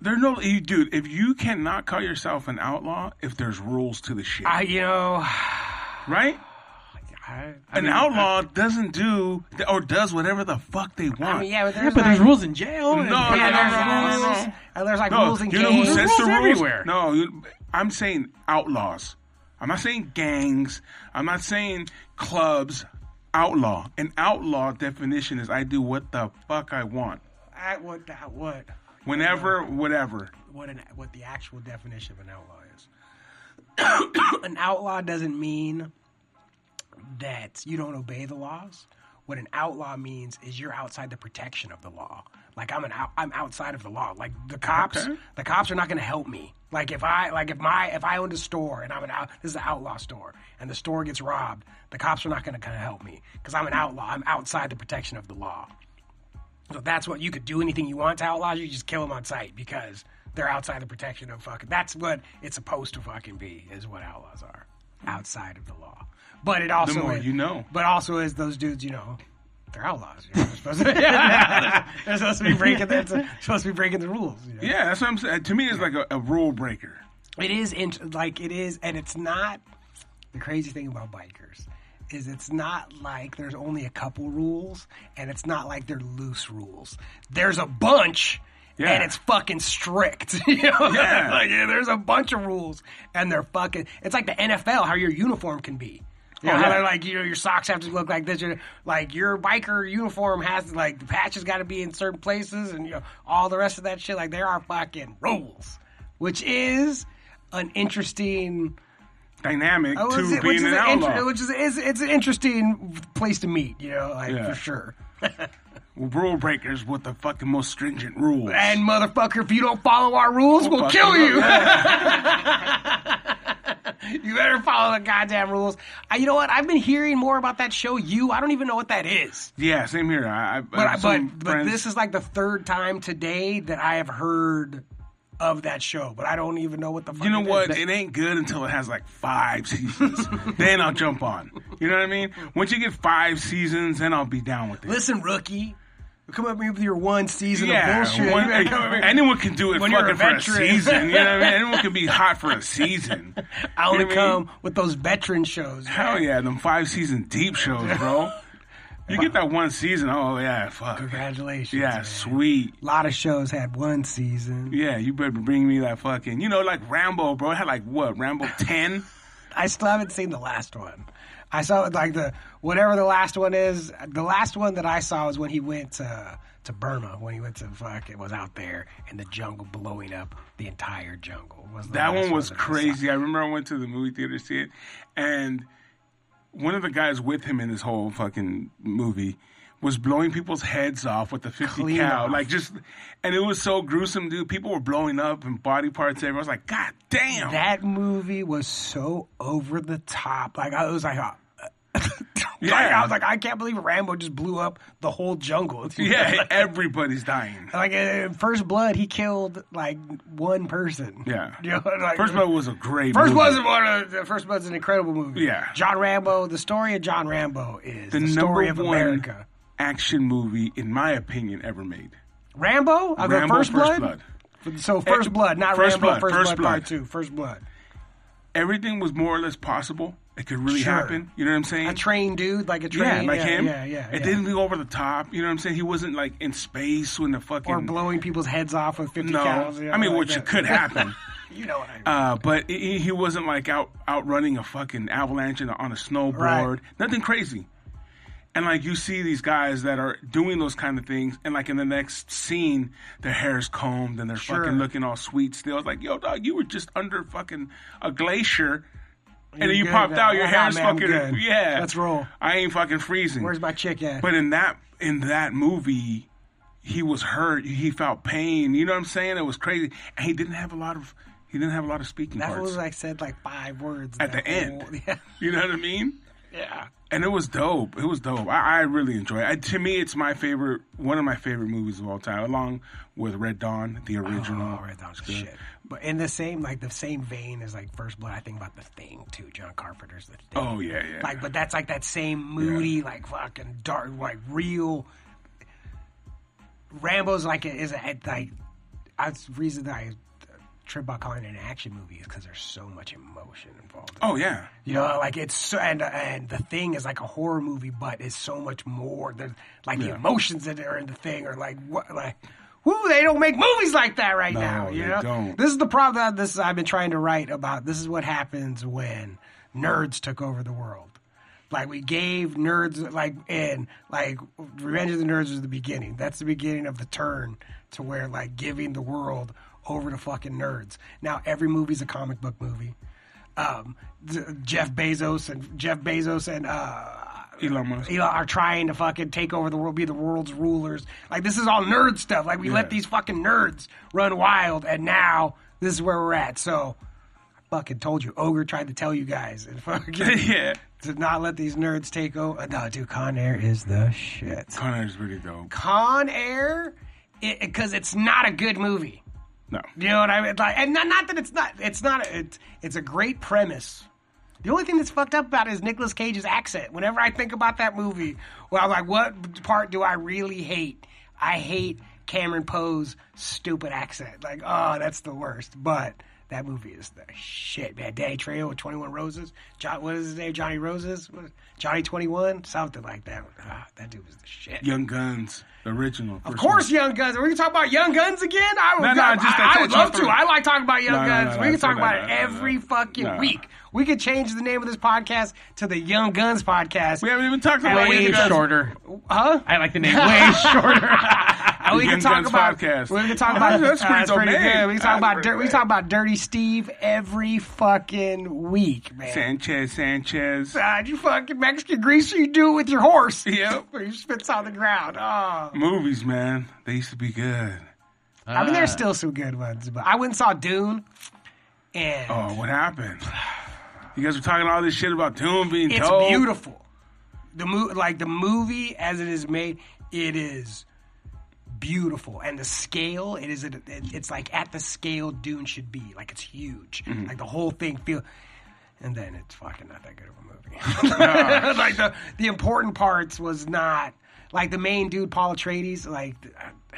There's no, you- dude. If you cannot call yourself an outlaw, if there's rules to the shit,
I you know
right?
I,
An outlaw doesn't do or does whatever the fuck they want.
I mean yeah, but there's
Yeah, but
like,
there's rules in jail. and-
No,
yeah,
Oh, no,
there's
no, no, no,
rules,
no.
and there's like
No,
rules and
you know who
games.
sets the
Rules
rules?
everywhere.
No, you, I'm saying outlaws. I'm not saying gangs. I'm not saying clubs. Outlaw. An outlaw definition is I do what the fuck I want,
I, what that what
whenever, whatever.
what an what the actual definition of an outlaw is. an outlaw doesn't mean that you don't obey the laws. What an outlaw means is you're outside the protection of the law. Like I'm an out, I'm outside of the law. Like the cops,
Okay.
the cops are not going to help me. Like if I like if my if I owned a store and I'm an out, this is an outlaw store and the store gets robbed, the cops are not going to kind of help me because I'm an outlaw. I'm outside the protection of the law. So that's what you could do anything you want to outlaws. You just kill them on sight because they're outside the protection of fucking. That's what it's supposed to fucking be. Is what outlaws are outside of the law. But it also
more
is-
you know.
But also is those dudes you know. They're outlaws. You know, they're, supposed to, they're supposed to be breaking. They're supposed to be breaking the rules. You know?
Yeah, that's what I'm saying. To me, it's like a, a rule breaker.
It is int- like it is, and it's not. The crazy thing about bikers is it's not like there's only a couple rules, and it's not like they're loose rules. There's a bunch,
Yeah.
and it's fucking strict. you know?
Yeah.
Like, yeah, there's a bunch of rules, and they're fucking. It's like the NFL, how your uniform can be. You know,
Oh,
how
yeah.
they're like, you know, your socks have to look like this. Your, like your biker uniform has to, like the patches got to be in certain places, and you know all the rest of that shit. Like there are fucking rules, which is an interesting
Dynamic
Oh,
to
is it-
being
which is
an
an
outlaw.
inter- which is, is it's an interesting place to meet, you know, like
Yeah.
for sure.
rule breakers with the fucking most stringent rules.
And motherfucker, if you don't follow our rules, we'll,
fuck
kill
you
you.
up.
you better follow the goddamn rules. Uh, you know what? I've been hearing more about that show. You, I don't even know what that is.
yeah, same here. I, I,
But I, but, but this is like the third time today that I have heard of that show, but I don't even know what the. Fuck
You know
it is.
what? It ain't good until it has like five seasons. then I'll jump on. You know what I mean? Once you get five seasons, then I'll be down with it.
Listen, rookie, come up here with your one season
yeah,
of bullshit.
one-
You better come up here.
anyone can do it
When you're a
fucking for a
veteran.
season. You know what I mean? Anyone can be hot for a season.
I only
You know what I mean?
come with those veteran shows.
Hell yeah, them five season deep shows, bro. You get that one season. Oh yeah, fuck.
Congratulations.
Yeah,
man.
sweet.
A lot of shows had one season.
Yeah, you better bring me that fucking. You know, like Rambo, bro. It had like what Rambo ten.
I still haven't seen the last one. I saw like the whatever the last one is. The last one that I saw was when he went to to Burma when he went to fuck it was out there in the jungle blowing up the entire jungle. Was the
That
last
one was
I saw.
crazy. I remember I went to the movie theater to see it, and one of the guys with him in this whole fucking movie was blowing people's heads off with the 50
Clean
cal.
off.
Like just, and it was so gruesome, dude. People were blowing up and body parts everywhere. I was like, God damn.
That movie was so over the top. Like I was like. Uh,
Yeah.
like, I was like, I can't believe Rambo just blew up the whole jungle.
yeah, everybody's dying.
Like in First Blood, he killed like one person.
Yeah.
You know, like-
First Blood was a great
First
movie.
Blood's one of the First Blood's an incredible movie.
Yeah.
John Rambo. The story of John Rambo is the,
the
story of
number one
America.
action movie, in my opinion, ever made.
Rambo. I
Rambo,
First, Blood?
Blood.
So First
Eh,
Blood, not
First
Rambo.
Blood,
First,
First
Blood,
Blood.
Part Two. First Blood.
Everything was more or less possible. It could really
Sure.
happen. You know what I'm saying?
A trained dude, like a
Yeah,
trained,
like
yeah,
him.
Yeah, yeah.
It
yeah.
didn't go over the top. You know what I'm saying? He wasn't like in space when the fucking
Or blowing people's heads off with fifty
no.
cals. you know,
I mean,
like
which
that.
could happen.
You know what I mean?
Uh, but he, he wasn't like out outrunning a fucking avalanche in a, on a snowboard.
Right.
Nothing crazy. And like you see these guys that are doing those kind of things, and like in the next scene, their hair's combed and they're
Sure.
fucking looking all sweet still. It's like, yo, dog, you were just under fucking a glacier, and
You're
then you
good
popped
now.
out.
Nah,
Your hair's
man, I'm
fucking
good.
yeah.
Let's roll.
I ain't fucking freezing.
Where's my chick at?
But in that in that movie, he was hurt. He felt pain. You know what I'm saying? It was crazy, and he didn't have a lot of he didn't have a lot of speaking
that
parts
was like said like five words
at
that
the end.
whole- Yeah,
You know what I mean?
yeah.
And it was dope. It was dope. I, I really enjoy it. I, to me, it's my favorite, one of my favorite movies of all time, along with Red Dawn, the original.
Oh, Red Dawn's good. shit. But in the same like the same vein as like First Blood, I think about the thing too. John Carpenter's the thing.
Oh, yeah, yeah.
Like, but that's like that same moody, like fucking dark, like real. Rambo's like a, is a, like that's the reason that I trip about calling it an action movie is because there's so much emotion involved.
oh yeah.
You know, like it's so, and and the thing is like a horror movie, but it's so much more. There's like the
Yeah.
emotions that are in the thing are like what like. Woo, they don't make movies like that right now. You
they
know?
don't.
This is the problem that this I've been trying to write about. This is what happens when nerds took over the world. Like we gave nerds like and like Revenge of the Nerds was the beginning. That's the beginning of the turn to where like giving the world over to fucking nerds. Now every movie's a comic book movie. Um, D- Jeff Bezos and Jeff Bezos and uh,
Elon Musk.
you know, are trying to fucking take over the world, be the world's rulers. Like this is all nerd stuff. Like we let these fucking nerds run wild, and now this is where we're at. So, fucking told you, ogre tried to tell you guys, and fucking
yeah.
to not let these nerds take over. No, dude, Con Air is the shit.
Connor's really dope.
Con Air, because it's not a good movie.
No.
You know what I mean? Like, and not, not that it's not. It's not. A, it's it's a great premise. The only thing that's fucked up about it is Nicolas Cage's accent. Whenever I think about that movie, well, I'm like, what part do I really hate? I hate Cameron Poe's stupid accent. Like, oh, that's the worst. But that movie is the shit, man. Danny Trejo with 21 Roses. John, what is his name? Johnny Roses? What- Johnny 21? Something like that. Ah, that dude was the shit.
Young Guns, the original.
Of course, Young Guns. Are we gonna talk about Young Guns again? I would,
No, no,
I,
just that
I would
touch
love
up
to.
on-
I like talking about Young
No, no,
Guns.
no,
we
no,
can talk
no,
about
no,
it
no, no,
every
no.
fucking
No.
week. We could change the name of this podcast to the Young Guns Podcast.
We haven't even talked about
Wait,
Young
Way
you guys-
Guns.
shorter.
huh?
I like the name way shorter.
And we can
The Young
talk
Guns
about
Podcast.
we can talk about
That's pretty
uh, it's pretty
dope name.
good. We can talk
That's
about
pretty
Dir- we
good.
can talk about Dirty Steve every fucking week, man.
Sanchez, Sanchez.
God, you fucking Mexican greaser, you do it with your horse.
Yep.
Where he spits on the ground. Oh.
Movies, man. They used to be good.
I mean,
Ah.
there's still some good ones, but I went and saw Dune, and
Oh, what happened? You guys were talking all this shit about Doom being
It's
dope.
beautiful. The mo- like the movie as it is made, it is beautiful, and the scale it is. It, it's like at the scale Dune should be. Like it's huge. Like the whole thing feel. And then it's fucking not that good of a movie. like the the important parts was not like the main dude Paul Atreides. Like th- uh,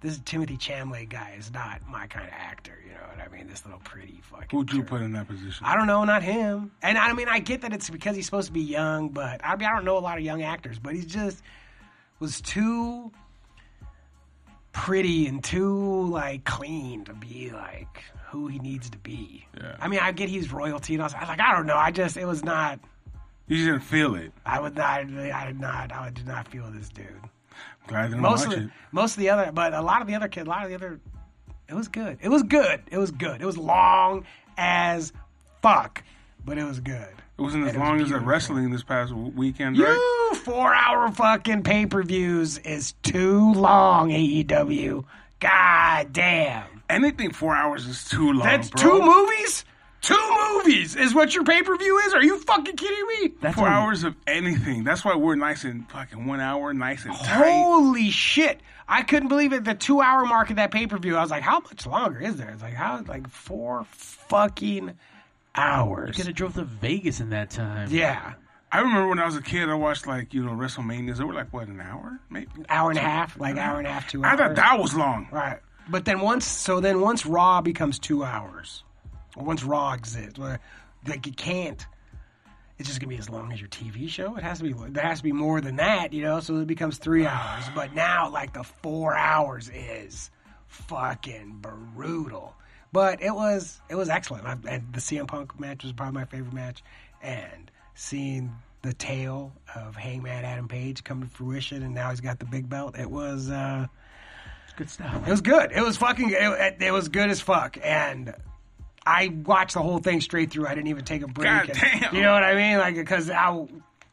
this Timothy Chamley guy is not my kind of actor. You know what I mean? This little pretty fucking.
Who'd you
jerk.
put in that position?
I don't know, not him. And I mean, I get that it's because he's supposed to be young, but I mean, I don't know a lot of young actors, but he's just was too pretty and too like clean to be like who he needs to be.
Yeah.
I mean, I get he's royalty and all. I was like, I don't know. I just it was not.
You just didn't feel it.
I would not. I did not. I did not feel this dude.
I'm glad I didn't
Most
watch
of
it.
the, most of the other, but a lot of the other kids, a lot of the other, it was good. It was good. It was good. It was long as fuck, but it was good.
It wasn't as
it was
long as the
beautiful.
wrestling this past w- weekend, right?
You four hour fucking pay per views is too long, E AEW. God damn.
Anything four hours is too long.
That's
Oh, bro.
two movies? Two movies is what your pay per view is? Are you fucking kidding me?
That's
Four
a-
hours of anything. That's why we're nice and fucking one hour, nice
Oh.
and tight.
Holy shit. I couldn't believe it. The two hour mark of that pay per view, I was like, how much longer is there? It's like, how, like four fucking hours.
Could have drove to Vegas in that time.
Yeah.
I remember when I was a kid, I watched like you know WrestleManias. They were like what an hour, maybe.
Hour and a half, like hour and a half, two
I
hours.
thought that was long.
Right. But then once, so then once Raw becomes two hours, or once Raw exists, where, like you can't. It's just gonna be as long as your TV show. It has to be. There has to be more than that, you know. So it becomes three hours. But now, like the four hours is fucking brutal. But it was it was excellent. I, and the CM Punk match was probably my favorite match, and seeing the tale of Hangman Adam Page come to fruition, and now he's got the big belt. It was. uh
It's good stuff.
it was good. It was fucking. It, it was good as fuck. And I watched the whole thing straight through. I didn't even take a break.
God
And-
damn.
You know what I mean? Like because I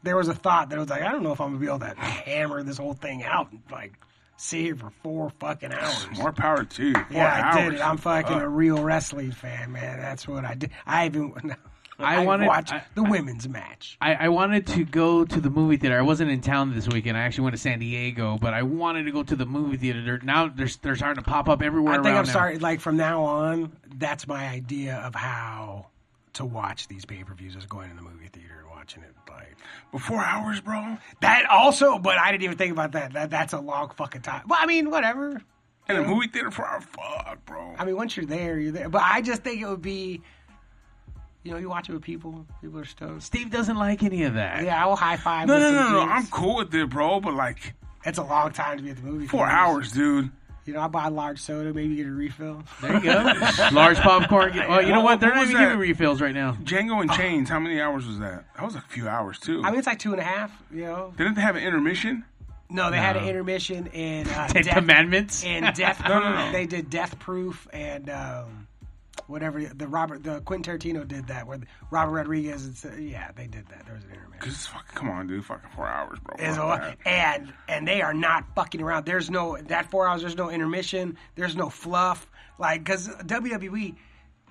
there was a thought that was like I don't know if I'm gonna be able to hammer this whole thing out and like see it for four fucking hours.
More power to you. Four
yeah, I
hours.
did it. I'm fucking a real wrestling fan, man. That's what I did. I even
I wanted-
watched
I-
the women's match.
I, I wanted to go to the movie theater. I wasn't in town this weekend. I actually went to San Diego, but I wanted to go to the movie theater. They're- Now they're, they're starting to pop up everywhere.
I think
around
I'm
now.
sorry. Like from now on, that's my idea of how to watch these pay per views is going to the movie theater and watching it. Like
But four hours, bro.
that also, but I didn't even think about that. that that's a long fucking time. Well, I mean, whatever.
And a movie theater for our fuck, bro.
I mean, once you're there, you're there. But I just think it would be, you know, you watch it with people. People are stoked.
Steve doesn't like any of that.
Yeah, I will high five.
no,
with
no,
some
no, no.
dudes.
I'm cool with it, bro. But like
It's a long time to be at the movie.
four
theaters.
hours, dude.
You know, I buy a large soda, maybe get a refill.
There you go. Large popcorn. Oh, you know what? They're
What
not
was
even
that?
giving refills right now.
Django and Chains. How many hours was that? That was a few hours too.
Ah. I mean, it's like two and a half. You know,
Didn't they have an intermission?
no, they had an
No.
intermission and uh,
Ten
Death-
Commandments.
and Death Proof.
No, no, no.
They did Death Proof and um, whatever the Robert the Quentin Tarantino did that where Robert Rodriguez. And, so- yeah, they did that. There was an intermission.
Cause it's fucking, come on, dude. Fucking four hours, bro.
There's
Fuck
a-
that.
And and they are not fucking around. There's no that four hours. There's no intermission. There's no fluff. Like because WWE,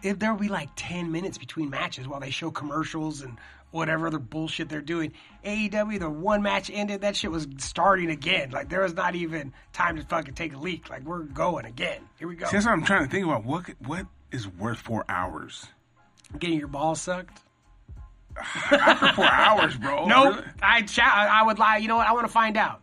if E, there will be like ten minutes between matches while they show commercials and whatever other bullshit they're doing. AEW, the one match ended. That shit was starting again. Like there was not even time to fucking take a leak. Like we're going again. Here we go.
See, that's what I'm trying to think about. What could- what is worth four hours?
Getting your balls sucked?
After four hours, bro.
No,
really?
I'd shout. I would lie. You know what? I want to find out.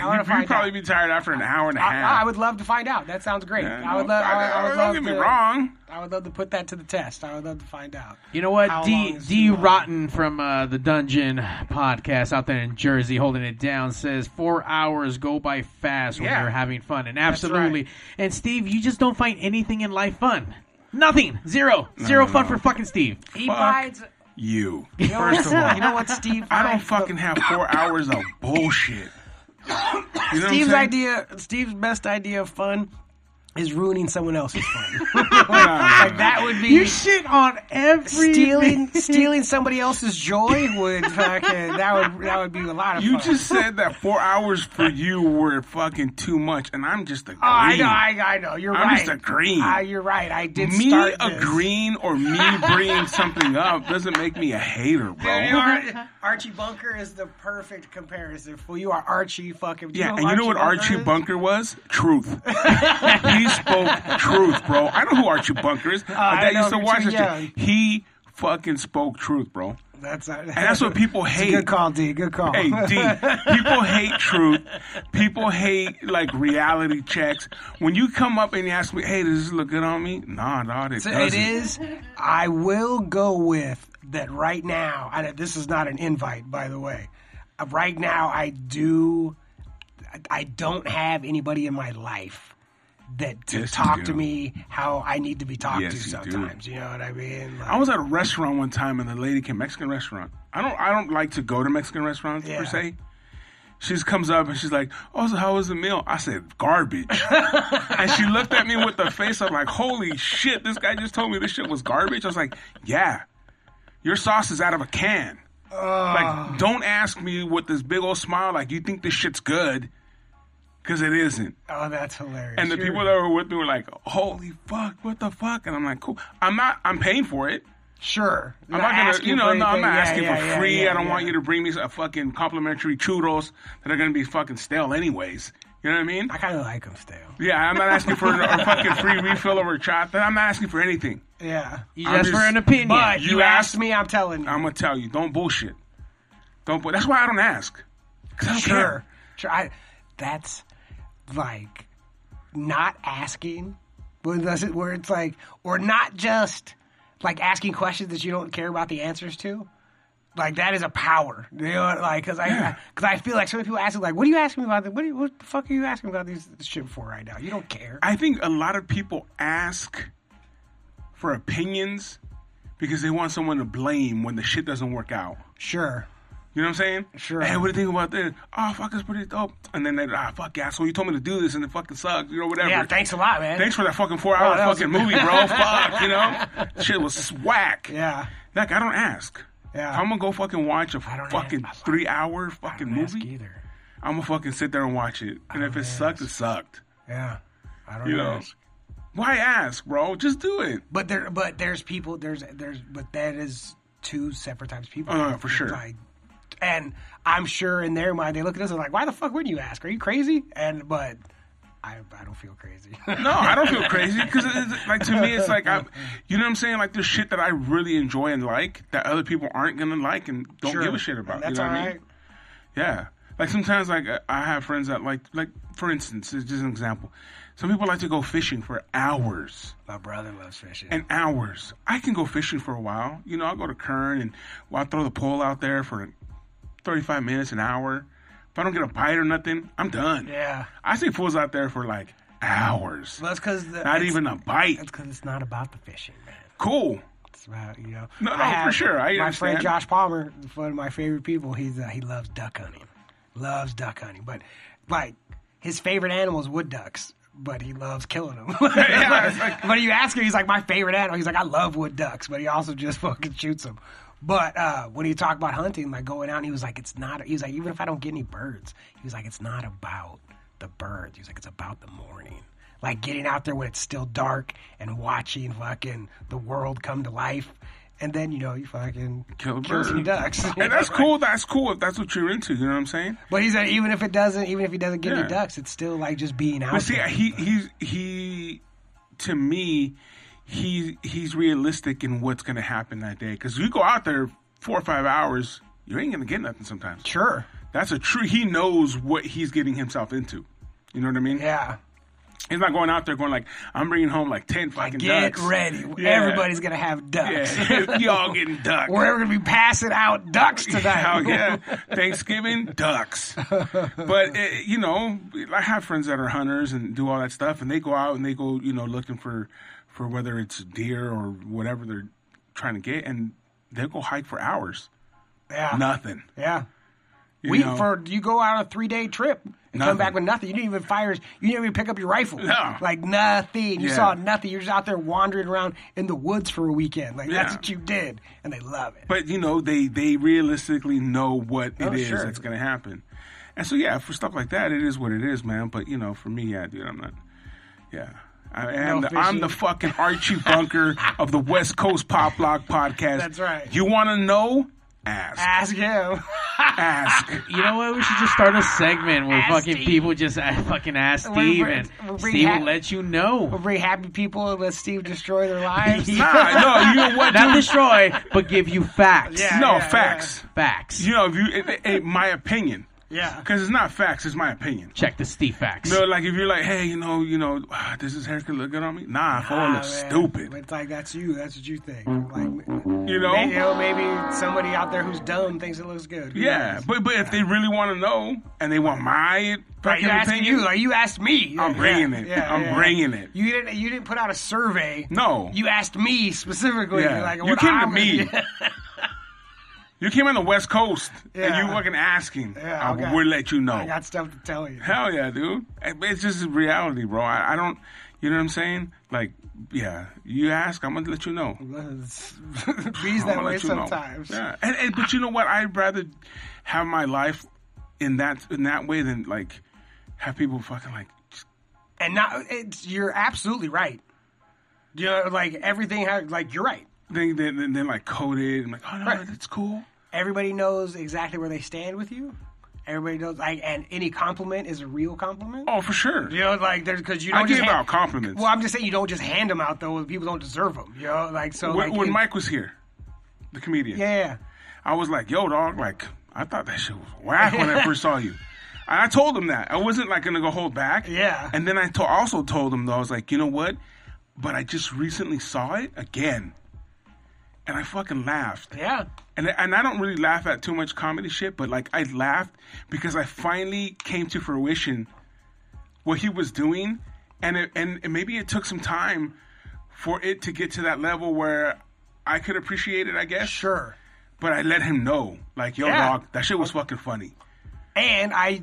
You,
wanna
would
find
probably
out.
be tired after an hour and a half.
I, I would love to find out. That sounds great.
Yeah,
I would
no,
love. I, I would
don't
love
get
to,
me wrong.
I would love to put that to the test. I would love to find out.
You know what?
How long
D
is
D
too long?
Rotten from uh, the Dungeon podcast out there in Jersey, holding it down, says four hours go by fast when
Yeah.
you're having fun, and
right.
absolutely. And Steve, you just don't find anything in life fun. Nothing. Zero. Zero
no,
fun
no.
for fucking Steve.
He
Fuck.
finds.
You.
You know, what-
First of all,
you know what, Steve?
I don't
finds?
fucking have four hours of bullshit. You know what I'm
Steve's
saying?
idea. Steve's best idea of fun is ruining someone else's fun.
Nah,
like that would be.
You shit on every
Stealing, stealing somebody else's joy would fucking that would that would be a lot of
You
fun.
just said that four hours for you were fucking too much, and I'm just agreeing.
Oh, I know, I, I know. You're
I'm
right.
just agreeing.
Ah, you're right. I did
me
start this.
agreeing or me bringing something up doesn't make me a hater, bro.
Dude, you are- Archie Bunker is the perfect comparison. Fool, you are Archie fucking. do
Yeah, and you know what Archie
is?
Bunker was? Truth. he spoke truth, bro. I know who Archie Bunker is. My dad
know
used to
who
watch
Trey
this shit.
Young.
He fucking spoke truth, bro. And
That's and
that's what people hate.
Good call, D. Good call.
Hey, D, people hate truth. People hate like reality checks. When you come up and you ask me, "Hey, does this look good on me?" Nah, nah, it
So
doesn't.
it is. I will go with that right now. I, this is not an invite, by the way. Uh, Right now, I do. I, I don't have anybody in my life that to
Yes, you
talk
do.
to me how I need to be talked
Yes,
to
you do.
sometimes. You, know what I mean? Like,
I was at a restaurant one time, and the lady came Mexican restaurant. I don't I don't like to go to Mexican restaurants
Yeah.
per se. She just comes up and she's like, "Oh, so how was the meal?" I said, "Garbage," and she looked at me with the face of like, "Holy shit! This guy just told me this shit was garbage." I was like, "Yeah, your sauce is out of a can." Like, don't ask me with this big old smile, like you think this shit's good, because it isn't.
oh, that's hilarious.
And the
You're-
people that were with me were like, "Holy fuck, what the fuck?" And I'm like, "Cool, I'm not. I'm paying for it.
sure,
I'm not gonna, you know, no, I'm not asking for free. I don't want
to.
you to bring me a fucking complimentary churros that are gonna be fucking stale anyways. You know what I mean?
I kind of like them still.
Yeah, I'm not asking for a fucking free refill of horchata. I'm not asking for anything.
Yeah.
You
I'm
asked for
just-
an opinion.
But
you
you asked
asked-
me, I'm telling you.
I'm gonna tell you, don't bullshit. Don't. Bu- That's why I don't ask. 'Cause I don't
sure.
care.
Sure. I, that's like not asking where that's- where it's like, or not just like asking questions that you don't care about the answers to. Like that is a power, you know. Like because I because I feel like so many people ask me like, "What are you asking me about? This? What, are you, what the fuck are you asking about these this shit for right now? You don't care."
I think a lot of people ask for opinions because they want someone to blame when the shit doesn't work out.
sure,
You know what I'm saying?
Sure.
Hey, what do you think about this? Oh, fuck, it's pretty dope. And then they, ah, fuck, asshole, you told me to do this and it fucking sucks, you know, whatever.
yeah. Thanks a lot, man.
Thanks for that fucking four hour
Oh, that was-
fucking movie, bro. fuck, you know? Shit was whack.
Yeah,
Like, I don't ask.
Yeah.
If I'm gonna go fucking watch a
don't
fucking
ask.
three hour fucking
Don't ask
movie,
either.
I'm gonna fucking sit there and watch it. And if it sucked, it sucked.
Yeah, I don't
You know?
ask.
Why ask, bro? Just do it.
But there, but there's people. There's there's, but that is two separate types of people.
Oh, no, for sure.
Like, and I'm sure in their mind they look at us and like, why the fuck wouldn't you ask? Are you crazy? And but I I don't feel crazy.
No, I don't feel crazy because like to me it's like I, you know what I'm saying. Like there's shit that I really enjoy and like that other people aren't gonna like and don't give a shit about.
That's
you
all
know what I
right.
mean? Yeah. Like sometimes like uh, I- I have friends that like like for instance, it's just an example. Some people like to go fishing for hours
My brother loves fishing.
and hours. I can go fishing for a while. You know, I'll go to Kern and well, I'll throw the pole out there for 35 minutes, an hour. If I don't get a bite or nothing, I'm done.
yeah,
I see fools out there for like hours.
well, that's because
Not even a bite.
That's because it's not about the fishing, man.
Cool.
It's about you know.
No,
I
no, for sure. I
my
understand.
friend Josh Palmer, one of my favorite people. He's uh, he loves duck hunting, loves duck hunting. But like his favorite animal is wood ducks, but he loves killing them.
it's like-
but you ask him, he's like my favorite animal. He's like I love wood ducks, but he also just fucking shoots them. But uh, when he talked about hunting, like going out, he was like, it's not. He was like, even if I don't get any birds, he was like, it's not about the birds. He was like, it's about the morning like getting out there when it's still dark and watching fucking the world come to life. And then you know you fucking
Kill a
some
bird.
ducks.
And that's cool. That's cool if that's what you're into. You know what I'm saying?
But he's like, even if it doesn't, even if he doesn't get
Yeah.
any ducks, it's still like just being out.
But see,
there.
he he's he to me he he's realistic in what's gonna happen that day. Because you go out there four or five hours, you ain't gonna get nothing. Sometimes
sure,
that's a true. He knows what he's getting himself into. You know what I mean?
yeah.
He's not going out there going like, "I'm bringing home like ten fucking
Get
ducks."
ready,
Yeah.
everybody's gonna have ducks.
Yeah, y'all getting ducks.
We're gonna be passing out ducks tonight.
Hell Oh, yeah. Thanksgiving ducks. But eh, you know, I have friends that are hunters and do all that stuff, and they go out and they go, you know, looking for for whether it's deer or whatever they're trying to get, and they'll go hike for hours,
yeah.
nothing.
Yeah.
you
We
know?
for you go out on a three day trip and
Nothing.
come back with nothing. You didn't even fire. You didn't even pick up your rifle.
No.
Like nothing. You
Yeah.
saw nothing. You're just out there wandering around in the woods for a weekend. Like that's
Yeah.
what you did, and they love it.
but you know they they realistically know what it is
Oh, sure.
that's going to happen and so yeah for stuff like that it is what it is man but you know for me yeah dude i'm not yeah I am
No
the, I'm
fishing.
the fucking Archie Bunker of the West Coast Pop Lock podcast.
That's right.
You want to know? Ask.
Ask him.
Ask.
You know what? We should just start a segment where
Ask
fucking
Steve.
people just uh, fucking ask
We're-
Steve,
we're-
and
we're
Steve
rehac-
will let you know.
Bring happy people and let Steve destroy their lives.
nah, no, you know what?
Not destroy, but give you facts.
Yeah.
no,
yeah,
facts.
Facts.
You know, if you, it, it, it- my opinion.
Yeah.
Because it's not facts, it's my opinion.
Check the Steve facts.
No, like if you're like, hey, you know, you know, ah, does this haircut look good on me? Nah, I look
Oh, man. But
stupid.
it's like that's you. That's what you think. Like, you
You know?
know, maybe somebody out there who's dumb thinks it looks good. Who
Yeah,
knows?
but but if they really want to know and they want my
Right,
fucking
you're asking
opinion,
you. Like you asked me.
I'm bringing it. I'm bringing it.
You didn't. You didn't put out a survey.
No.
You asked me specifically.
Yeah.
Like,
You
what
came to
I would-
me. you came on the West Coast and
Yeah.
you fucking asking,
Yeah,
I
okay.
will let you know.
I got stuff to tell you.
Hell yeah, dude. It- It's just reality, bro. I, I don't, you know what I'm saying? Like, yeah, you ask, I'm gonna let you know.
Bees
I'm
that
gonna
way
let you know.
sometimes.
Yeah, and, and but you know what? I'd rather have my life in that in that way than like have people fucking like. just-
And not. It's, you're absolutely right. You know, like everything. ha- Like you're right.
Then, then, then, then, like coded and like, oh no,
Right.
that's cool.
Everybody knows exactly where they stand with you. Everybody knows. Like, and any compliment is a real compliment.
Oh, for sure.
You know, like there's because you don't
I
just
give
hand-
out compliments.
Well, I'm just saying you don't just hand them out though. People don't deserve them. You know, like so.
when,
like,
when
it-
Mike was here, the comedian,
yeah,
I was like, yo, dog, like, I thought that shit was whack when I first saw you. And I told him that. I wasn't like gonna go hold back.
Yeah.
And then I to- also told him though, I was like, you know what? But I just recently saw it again. And I fucking laughed.
yeah,
And, and I don't really laugh at too much comedy shit, but like I laughed because I finally came to fruition what he was doing, and it, and and maybe it took some time for it to get to that level where I could appreciate it, I guess.
sure.
But I let him know, like, yo,
Yeah.
dog, that shit was fucking funny.
And I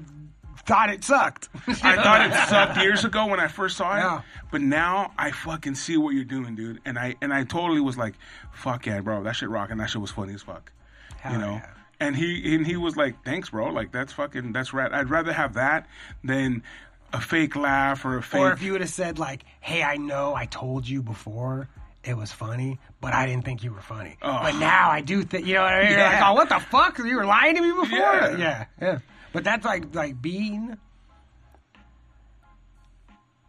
thought it sucked.
I thought it sucked years ago when I first saw it,
Yeah.
but now I fucking see what you're doing, dude. And I and I totally was like, fuck yeah, bro, that shit rocking. That shit was funny as fuck, you
Hell
know.
yeah.
And he and he was like, thanks, bro. Like that's fucking that's rad. I'd rather have that than a fake laugh or a fake.
or if you would have said like, "Hey, I know I told you before." It was funny, but I didn't think you were funny. But now I do think you know what I mean. You're
Yeah.
like, oh, what the fuck? You were lying to me before.
Yeah.
yeah, yeah. But that's like like being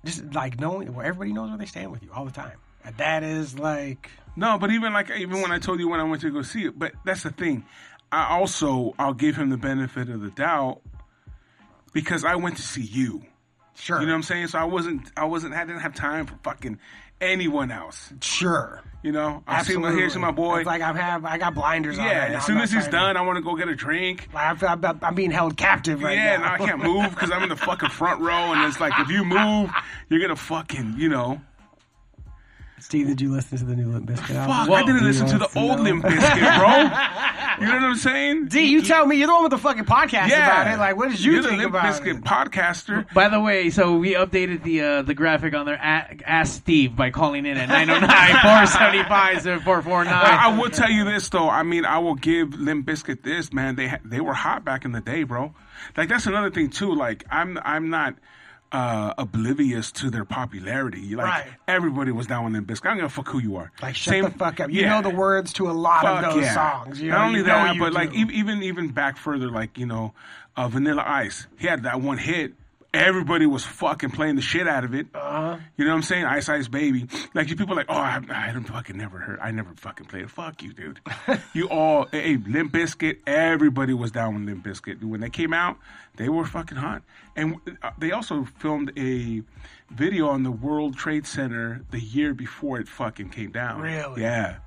just like knowing where everybody knows where they stand with you all the time. And that is like
No, but even like even when I told you when I went to go see it, but that's the thing. I also I'll give him the benefit of the doubt because I went to see you.
sure,
You know what I'm saying? So I wasn't I wasn't I didn't have time for fucking anyone else.
sure.
You know? I see my here's my boy.
It's like I have, I got blinders on. right
yeah,
now.
as
I'm
soon
not
as he's
trying to-
done, I want to go get a drink.
like, I feel, I'm, I'm being held captive right
yeah,
now.
now I can't move because I'm in the fucking front row, and it's like if you move, you're gonna fucking, you know.
Steve, did you listen to the new Limp Bizkit album?
Fuck, I
Well,
didn't listen to the
yes,
old
no.
Limp Bizkit, bro. you know what I'm saying?
D, you tell me. You're the one with the fucking podcast
yeah,
about it. Like, what did you
You're
think
the Limp
about
Bizkit
it?
podcaster?
By the way, so we updated the uh, the graphic on there. At, ask Steve by calling in at 909-475-7449.
I, I will tell you this though. I mean, I will give Limp Biscuit this, man. They ha- they were hot back in the day, bro. Like that's another thing too. Like I'm I'm not uh, oblivious to their popularity. Like
Right.
everybody was down with Limp Bizkit. I don't give a fuck who you are.
Like, shut
Same-
the fuck up. You
Yeah.
know the words to a lot
Fuck
of those
yeah.
songs. You know,
Not only
you know
that,
you
but
do.
like e- even even back further, like you know, uh, Vanilla Ice. He had that one hit. Everybody was fucking playing the shit out of it. Uh-huh. You know what I'm saying? Ice Ice Baby. Like you people are like, oh, I, I didn't fucking never heard. I never fucking played it. Fuck you, dude. you all, hey, Limp Biscuit. Everybody was down with Limp Biscuit when they came out. They were fucking hot, and uh, they also filmed a video on the World Trade Center the year before it fucking came down.
Really?
Yeah.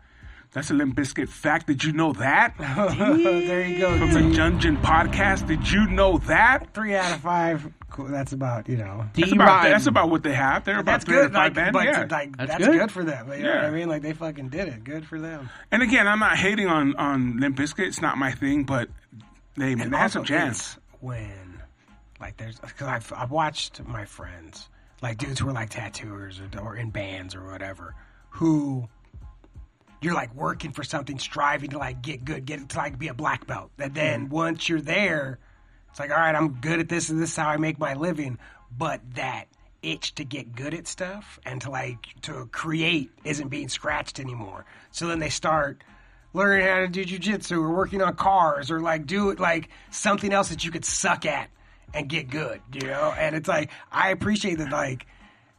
That's a Limp Biscuit fact. Did you know that?
there you go.
From the Dungeon Podcast. Did you know that?
Three out of five. Cool. That's about you know.
That's about, that's about what they have. They're about
That's
three to
good.
five
Like,
bands.
but
yeah.
like
That's
that's,
good.
good. for them. You know
Yeah.
what I mean? Like they fucking did it. Good for them.
and again, I'm not hating on on Limp Biscuit. It's not my thing, but they man, they had some
Also,
jams.
it's When, like, there's because I've I've watched my friends, like dudes who are like tattooers or, or in bands or whatever, who you're like working for something, striving to like get good, get to like be a black belt. And then once you're there, it's like, all right, I'm good at this, and this is how I make my living. But that itch to get good at stuff and to like to create isn't being scratched anymore. So then they start learning how to do jujitsu or working on cars or like do it like something else that you could suck at and get good, you know? And it's like I appreciate that like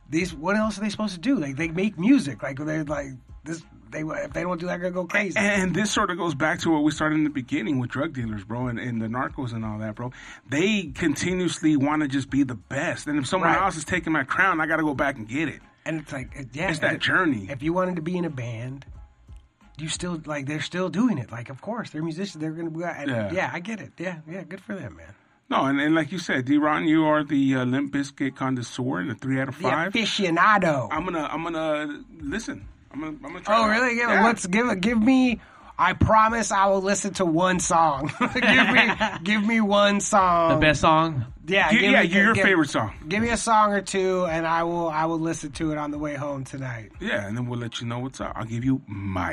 these what else are they supposed to do? Like they make music. Like they're like this they if they don't do that, they're gonna go crazy.
And this sort of goes back to what we started in the beginning with drug dealers, bro, and, and the narcos and all that, bro. They continuously want to just be the best. And if someone
Right.
else is taking my crown, I got to go back and get it.
And it's like, it- yeah,
It's that
if-
journey.
If you wanted to be in a band, you still like they're still doing it. Like, of course, they're musicians. They're going to be. And,
Yeah.
yeah. I get it. Yeah, yeah, good for them, man.
No, and, and like you said, D. Ron, you are the uh, Limp Bizkit connoisseur, the three out of
The
five.
aficionado.
I'm gonna, I'm gonna listen. I'm gonna, I'm gonna try.
oh,
it out.
really? Yeah,
Yeah.
Let's give it. Give me. I promise I will listen to one song. give me, give me one song.
The best song.
Yeah,
Gi-
give
yeah,
me,
your
give-
favorite song.
Give me a song or two, and I will. I will listen to it on the way home tonight.
Yeah, and then we'll let you know what's up. I'll give you my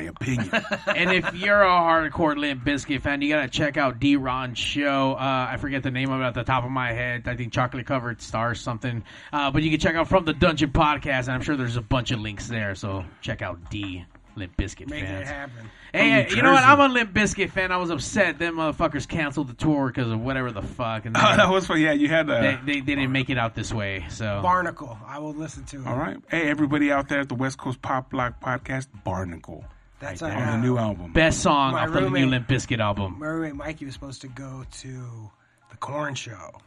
opinion. Oh,
and if you're a hardcore Limp Biscuit fan, you gotta check out D Ron's show. Uh, I forget the name of it at the top of my head. I think Chocolate Covered Star or something. Uh, but you can check out from the Dungeon Podcast, and I'm sure there's a bunch of links there. So check out D Limp Biscuit
Make
fans.
it happen.
Hey,
From
you know what?
Jersey.
I'm a Limp Biscuit fan. I was upset. Them motherfuckers canceled the tour because of whatever the fuck, and
oh, that
they,
was fun. Yeah, you had. Uh,
they, they, they didn't make it out this way. So
Barnacle. I will listen to it.
all right, hey everybody out there at the West Coast Pop Block Podcast, Barnacle
That's
Right
a, uh,
on the new album.
best song
My
off the new
roommate-
Limp Biscuit album.
My roommate Mikey was supposed to go to the corn show.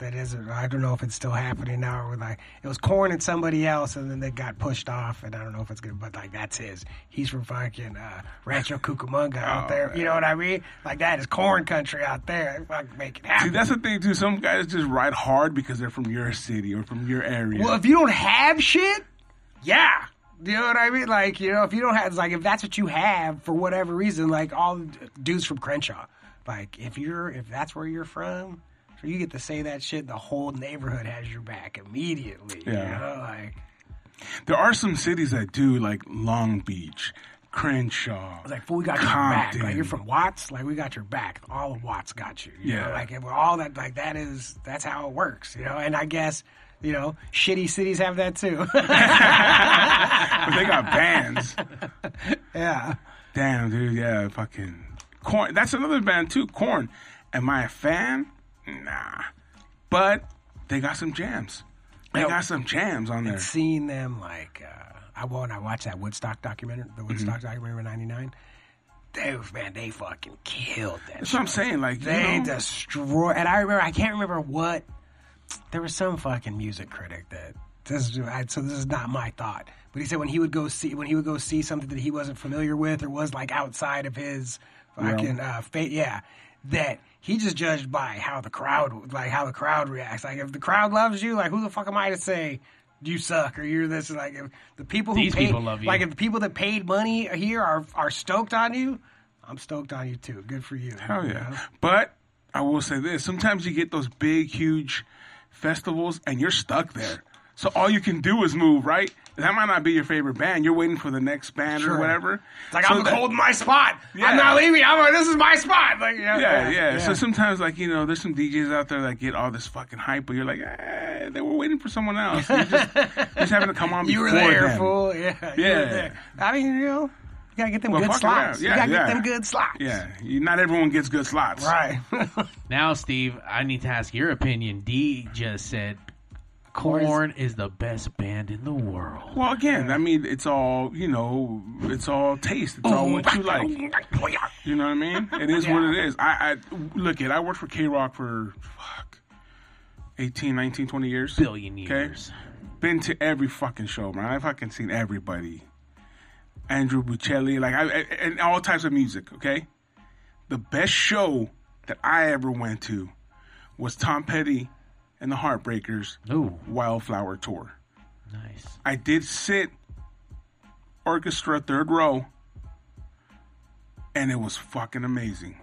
That isn't. I don't know if it's still happening now. Or like it was corn and somebody else, and then they got pushed off. And I don't know if it's good, but like that's his. He's from fucking uh, Rancho Cucamonga
Oh,
out there. You know what I mean? Like that is corn country out there. Fuck, make it
See,
happen.
that's the thing too. Some guys just ride hard because they're from your city or from your area.
well, if you don't have shit, yeah. You know what I mean? Like, you know, if you don't have, it's like, if that's what you have for whatever reason, like all the dudes from Crenshaw, like, if you're, if that's where you're from, so you get to say that shit, the whole neighborhood has your back immediately.
Yeah.
You know, like,
there are some cities that do like Long Beach, Crenshaw.
it's like, fool, we got your back. Like,
Compton.
you're from Watts, like, we got your back. All of Watts got you. you
Yeah.
Know? Like, and we're all that, like, that is, that's how it works, you know? And I guess, you know, shitty cities have that too.
But they got bands.
yeah.
Damn, dude. Yeah, fucking corn. That's another band too. Corn. Am I a fan? Nah. But they got some jams. They
Yo.
got some jams on there.
Seeing them like uh, I won't. I watched that Woodstock documentary, the Woodstock documentary '99. They man, they fucking killed that.
That's what I'm
show.
saying. Like, you
They
know,
destroyed. And I remember, I can't remember what. There was some fucking music critic that this. is- I, so this is not my thought, but he said when he would go see when he would go see something that he wasn't familiar with or was like outside of his fucking uh, fate. Yeah, that he just judged by how the crowd like how the crowd reacts. Like if the crowd loves you, like who the fuck am I to say? You suck, or you're this. Like if the people who
These
paid,
people love you.
Like if the people that paid money here are are stoked on you, I'm stoked on you too. Good for you.
Hell
you
oh, yeah.
know?
But I will say this sometimes you get those big, huge festivals and you're stuck there. So all you can do is move, right? That might not be your favorite band. You're waiting for the next band or
Sure.
whatever.
It's like
So
I'm
that-
holding my spot.
Yeah.
I'm not leaving. I'm like, this is my spot. Like, yeah,
Yeah, yeah, So sometimes, like you know, there's some DJs out there that get all this fucking hype, but you're like, eh, they were waiting for someone else. You're just, just having to come on.
you were
before
there,
them.
fool. Yeah, you
Yeah.
were there. I mean, you know, you gotta get them
Well,
good
fuck around.
slots.
Yeah,
you gotta
yeah.
get them good slots.
Yeah, you, not everyone gets good slots.
right.
Now, Steve, I need to ask your opinion. D just said
Corn is-
Corn is the best band in the world.
Well, again, I mean, it's all you know, it's all taste. It's all what you like. You know what I mean? It is what it is. I, I look it. I worked for K Rock for fuck 18, 19, 20 years.
Billion years.
been to every fucking show, man. I've fucking seen everybody. Andrew Bocelli, like I, I and all types of music. Okay, the best show that I ever went to was Tom Petty and the Heartbreakers
Ooh,
Wildflower Tour.
nice.
I did sit orchestra third row, and it was fucking amazing.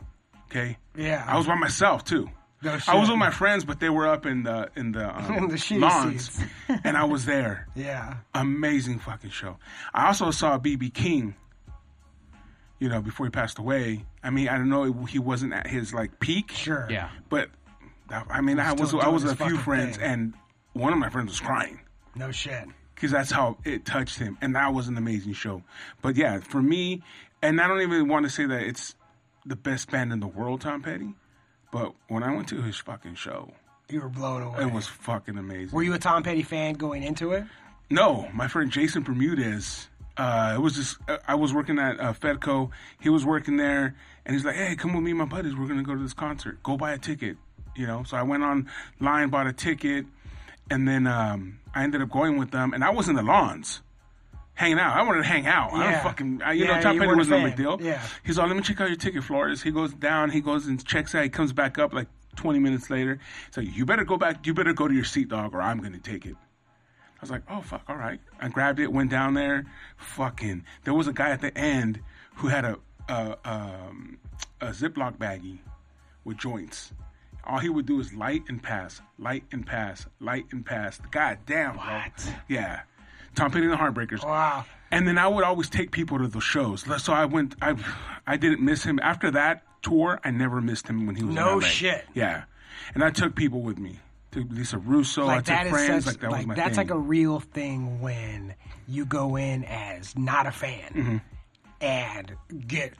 Okay,
Yeah.
I was by myself too.
No
I
shit.
was with my friends, but they were up in the in the, um,
In the shitty
lawns,
seats.
and I was there.
Yeah.
Amazing fucking show. I also saw BB King. You know, before he passed away. I mean, I don't know. He wasn't at his like peak.
Sure.
Yeah.
But I I mean, I
Still
was I
doing
was
his
with a few
fucking
friends,
thing.
and one of my friends was crying
No shit.
because that's how it touched him, and that was an amazing show. But yeah, for me, and I don't even want to say that it's the best band in the world, Tom Petty. But when I went to his fucking show,
You were blown away.
it was fucking amazing.
Were you a Tom Petty fan going into it?
No, my friend Jason Bermudez Uh, it was just uh, I was working at uh, Fedco. He was working there, and he's like, "Hey, come with me and my buddies. We're gonna go to this concert. Go buy a ticket." You know, so I went online, bought a ticket, and then um, I ended up going with them. And I was in the lawns, hanging out. I wanted to hang out. I
Yeah.
don't fucking, I, you
Yeah,
know, top
you
it
weren't a
wasn't a big
fan.
deal.
Yeah.
He's all, let me check out your ticket, Flores. He goes down, he goes and checks out, he comes back up like 20 minutes later. He's like, you better go back, you better go to your seat, dog, or I'm going to take it. I was like, oh, fuck, all right. I grabbed it, went down there. Fucking, there was a guy at the end who had a, a, um, a Ziploc baggie with joints. All he would do is light and pass, light and pass, light and pass. God damn, bro.
What?
Yeah. Tom Petty and the Heartbreakers.
Wow.
And then I would always take people to the shows. So I went. I I didn't miss him after that tour. I never missed him when he was in
No
LA.
shit.
Yeah, and I took people with me. Took Lisa Russo.
Like
Oh, I
that
took
is
friends.
such,
like that was
like
my
that's
thing.
like a real thing when you go in as not a fan
Mm-hmm.
and get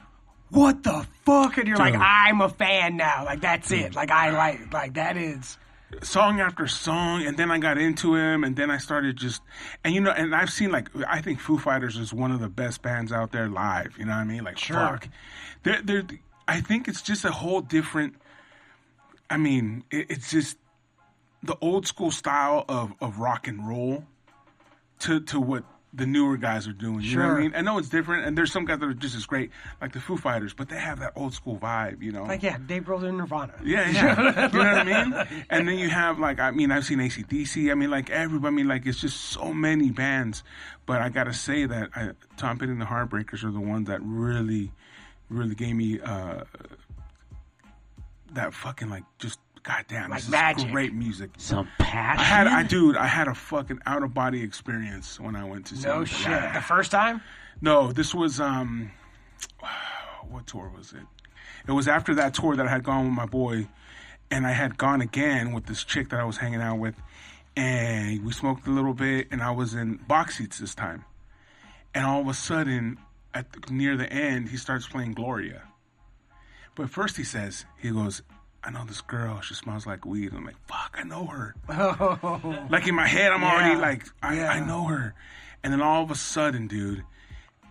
what the fuck and you're like
Dude.
I'm a fan now. Like that's it.
Mm.
Like I like like that is
song after song and then I got into him and then I started just and you know and I've seen like I think Foo Fighters is one of the best bands out there live, you know what I mean? Like fuck. They're, they're, I think it's just a whole different I mean, it, it's just the old school style of, of rock and roll to to what the newer guys are doing. You know what
Sure.
I mean? I know it's different and there's some guys that are just as great, like the Foo Fighters, but they have that old school vibe, you know.
like yeah, Dave Grohl and Nirvana.
Yeah, yeah. you know what I mean? And then you have, like, I mean, I've seen ACDC. I mean, like, everybody, I mean, like, it's just so many bands. But I got to say that I, Tom Petty and the Heartbreakers are the ones that really, really gave me uh, that fucking, like, just, goddamn,
Like
this
magic.
is great music.
Some
I
passion.
had, I, dude, I had a fucking out of body experience when I went to see
No
them.
shit.
Yeah.
The first time?
No, this was um, what tour was it? It was after that tour that I had gone with my boy, and I had gone again with this chick that I was hanging out with, and we smoked a little bit, and I was in box seats this time, and all of a sudden, at the, near the end, he starts playing Gloria, but first he says he goes. I know this girl. She smells like weed. I'm like, fuck, I know her. Like in my head, I'm already like, I, I know her. And then all of a sudden, dude,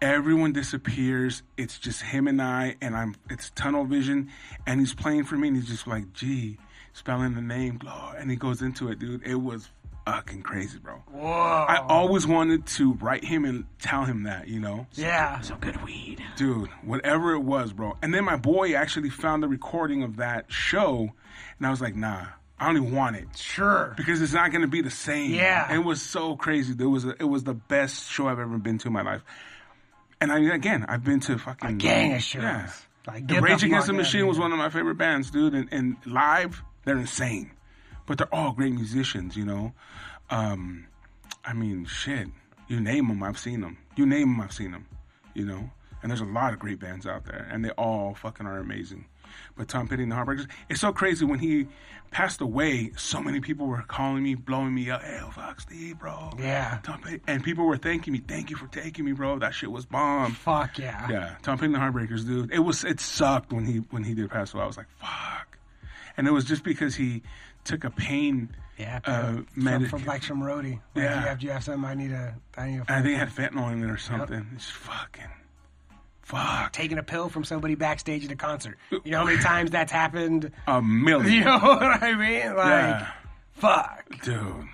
everyone disappears. It's just him and I, and I'm. It's tunnel vision, and he's playing for me, and he's just like, "Gee," spelling the name, blah, and he goes into it, dude. It was fucking crazy, bro.
Whoa.
I always wanted to write him and tell him that, you know,
yeah.
Some good weed.
dude. Whatever it was, bro. And then my boy actually found the recording of that show, and I was like, "Nah, I don't even want it."
Sure.
because it's not going to be the same.
Yeah.
it was so crazy. It was it was the best show I've ever been to in my life. And I again, I've been to fucking
Gang of
Yeah.
shows. Like
The
get
Rage
fuck
Against the
out of
Machine
here.
was one of my favorite bands, dude. And, and live, they're insane, but they're all great musicians. You know, um, I mean, shit. You name them, I've seen them. You name them, I've seen them. You know, and there's a lot of great bands out there, and they all fucking are amazing. But Tom Petty and the Heartbreakers, it's so crazy when he passed away. So many people were calling me, blowing me up. Hey, fuck Steve, bro.
Yeah.
Tom Petty, and people were thanking me. Thank you for taking me, bro. That shit was bomb.
Fuck yeah.
Yeah, Tom Petty and the Heartbreakers, dude. It was it sucked when he when he did pass away. I was like, fuck, and it was just because he took a pain.
Yeah.
Uh,
from-
medic-
from like some roadie. Like,
Yeah.
You have, you have something I need to I need to
I think it had fentanyl in it or something. It's fucking, fuck,
taking a pill from somebody backstage at a concert. You know how many times that's happened?
a million,
You know what I mean? Like,
Yeah.
fuck.
dude.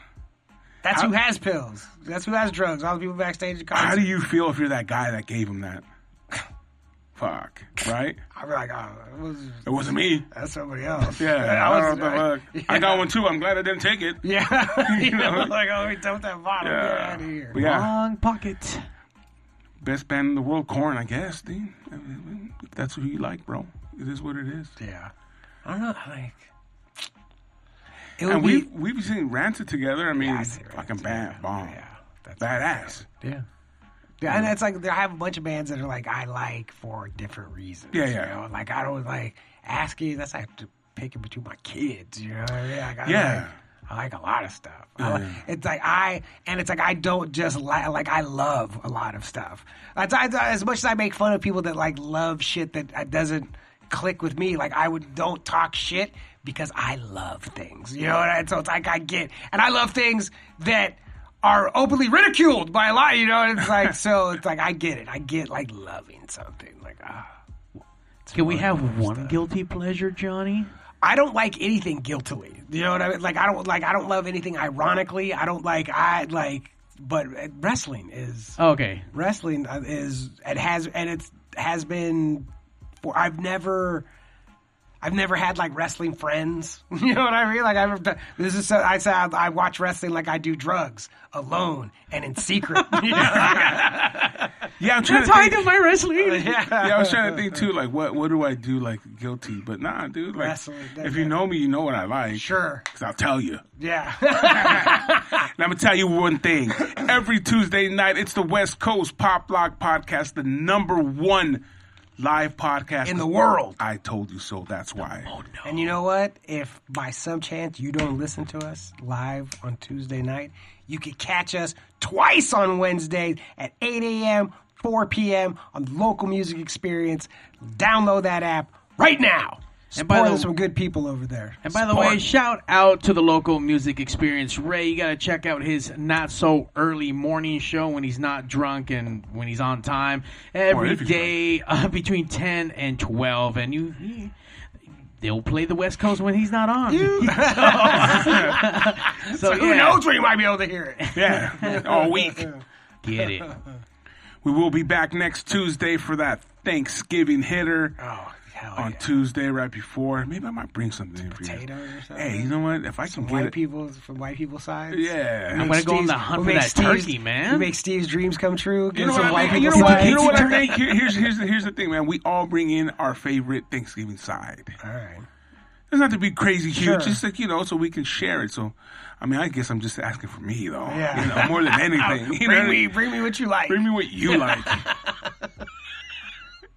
That's who has pills. That's who has drugs. All the people backstage at
How
concerts.
do you feel if you're that guy that gave him that? Fuck, right?
I'm like, oh, it was,
It wasn't me.
that's somebody else.
Yeah, I,
I
don't know what the fuck. I got one too. I'm glad I didn't take it.
Yeah. you know,
know?
like, oh, we dumped that bottle. Get out of here.
But yeah,
Long pocket.
best band in the world, Corn, I guess, dude. I mean, If that's who you like, bro, it is what it is.
Yeah. I don't know. Like, it would
And
be.
we've we've seen Rancid together. I mean,
I see
fucking
Rancid,
bad
yeah.
bomb,
Yeah, that's-
badass.
Yeah. Yeah, and that's like I have a bunch of bands that are like I like for different reasons.
Yeah,
you
yeah.
know? Like I don't like ASCII. That's like to pick it between my kids. You know what I mean? Like, I
Yeah.
Like, I like a lot of stuff. I like, it's like I and it's like I don't just like like I love a lot of stuff. As, I, as much as I make fun of people that like love shit that uh, doesn't click with me, like I would don't talk shit because I love things. You know what I mean? So it's like I get and I love things that are openly ridiculed by a lot. You know, and it's like so. It's like I get it. I get like loving something. Like ah,
Can we have one guilty pleasure, Johnny?
I don't like anything guiltily. You know what I mean? Like I don't like I don't love anything ironically. I don't like I like. But uh, wrestling is
Oh, Okay.
wrestling uh, is it has and it's has been for I've never I've never had like wrestling friends. You know what I mean? Like I've done- this is so, I say I, I watch wrestling like I do drugs alone and in secret. You know?
Yeah, I'm trying
That's
to
how I
think.
do my wrestling.
Yeah, I was trying to think too. Like, what what do I do? Like guilty, but nah, dude. Like,
Wrestling,
if you know me, you know what I like.
Sure.
Cause I'll tell you.
Yeah.
And I'm gonna tell you one thing. Every Tuesday night, it's the West Coast Pop Lock Podcast, the number one live podcast
In the world.
I told you so. That's why. Oh no.
and you know what? If by some chance you don't listen to us live on Tuesday night, you could catch us twice on Wednesdays at 8 a.m., 4 p.m. on Local Music Experience. Download that app right now.
And by the-
Spoiling some good people over there.
And by the way, shout out to the local music experience. Ray, you got to check out his not so early morning show when he's not drunk and when he's on time every
if he's
day uh, between 10 and 12. And you. you- They'll play the West Coast when he's not on. so,
Who
yeah,
uh,
knows when you might be able to hear it?
Yeah, all week.
Get it.
We will be back next Tuesday for that Thanksgiving hitter.
Oh, hell
on Tuesday, right before, maybe I might bring something in for you.
Potatoes or something?
Hey, you know what? If I can get
White
it,
people from white people side.
yeah.
I'm gonna go on the hunt for that turkey, man.
Make Steve's dreams come true. Get
You know,
some
what
white
I, think?
people
you, know what, you know what I
sides.
think? Here- Here's, here's, the, here's the thing, man. We all bring in our favorite Thanksgiving side.
All right.
Doesn't have to be crazy huge,
Sure.
just like, you know, so we can share it. So, I mean, I guess I'm just asking for me, though.
Yeah.
You know, more than anything. you know what I
Bring me,
mean?
bring me what you like.
bring me what you like.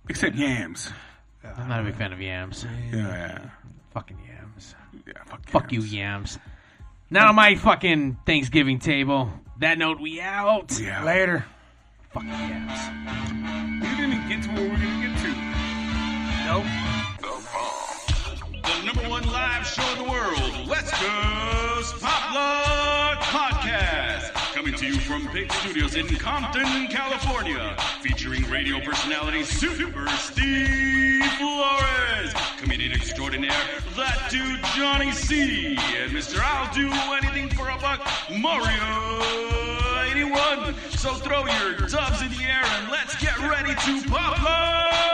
Except yams.
I'm not a big fan of yams.
Yeah.
Fucking yams.
yeah fuck
Fuck you, yams. Not on my fucking Thanksgiving table. That note, we out.
Yeah.
Later.
Fuck yams.
You didn't get to what we were going to get to.
The number one live show in the world, Let's Just Pop Love Podcast. Coming to you from Big Studios in Compton, California. Featuring radio personality Super Steve Flores, comedian extraordinaire, that dude Johnny C, and Mr. I'll Do Anything for a Buck, Mario 81. So throw your dubs in the air and let's get ready to pop love.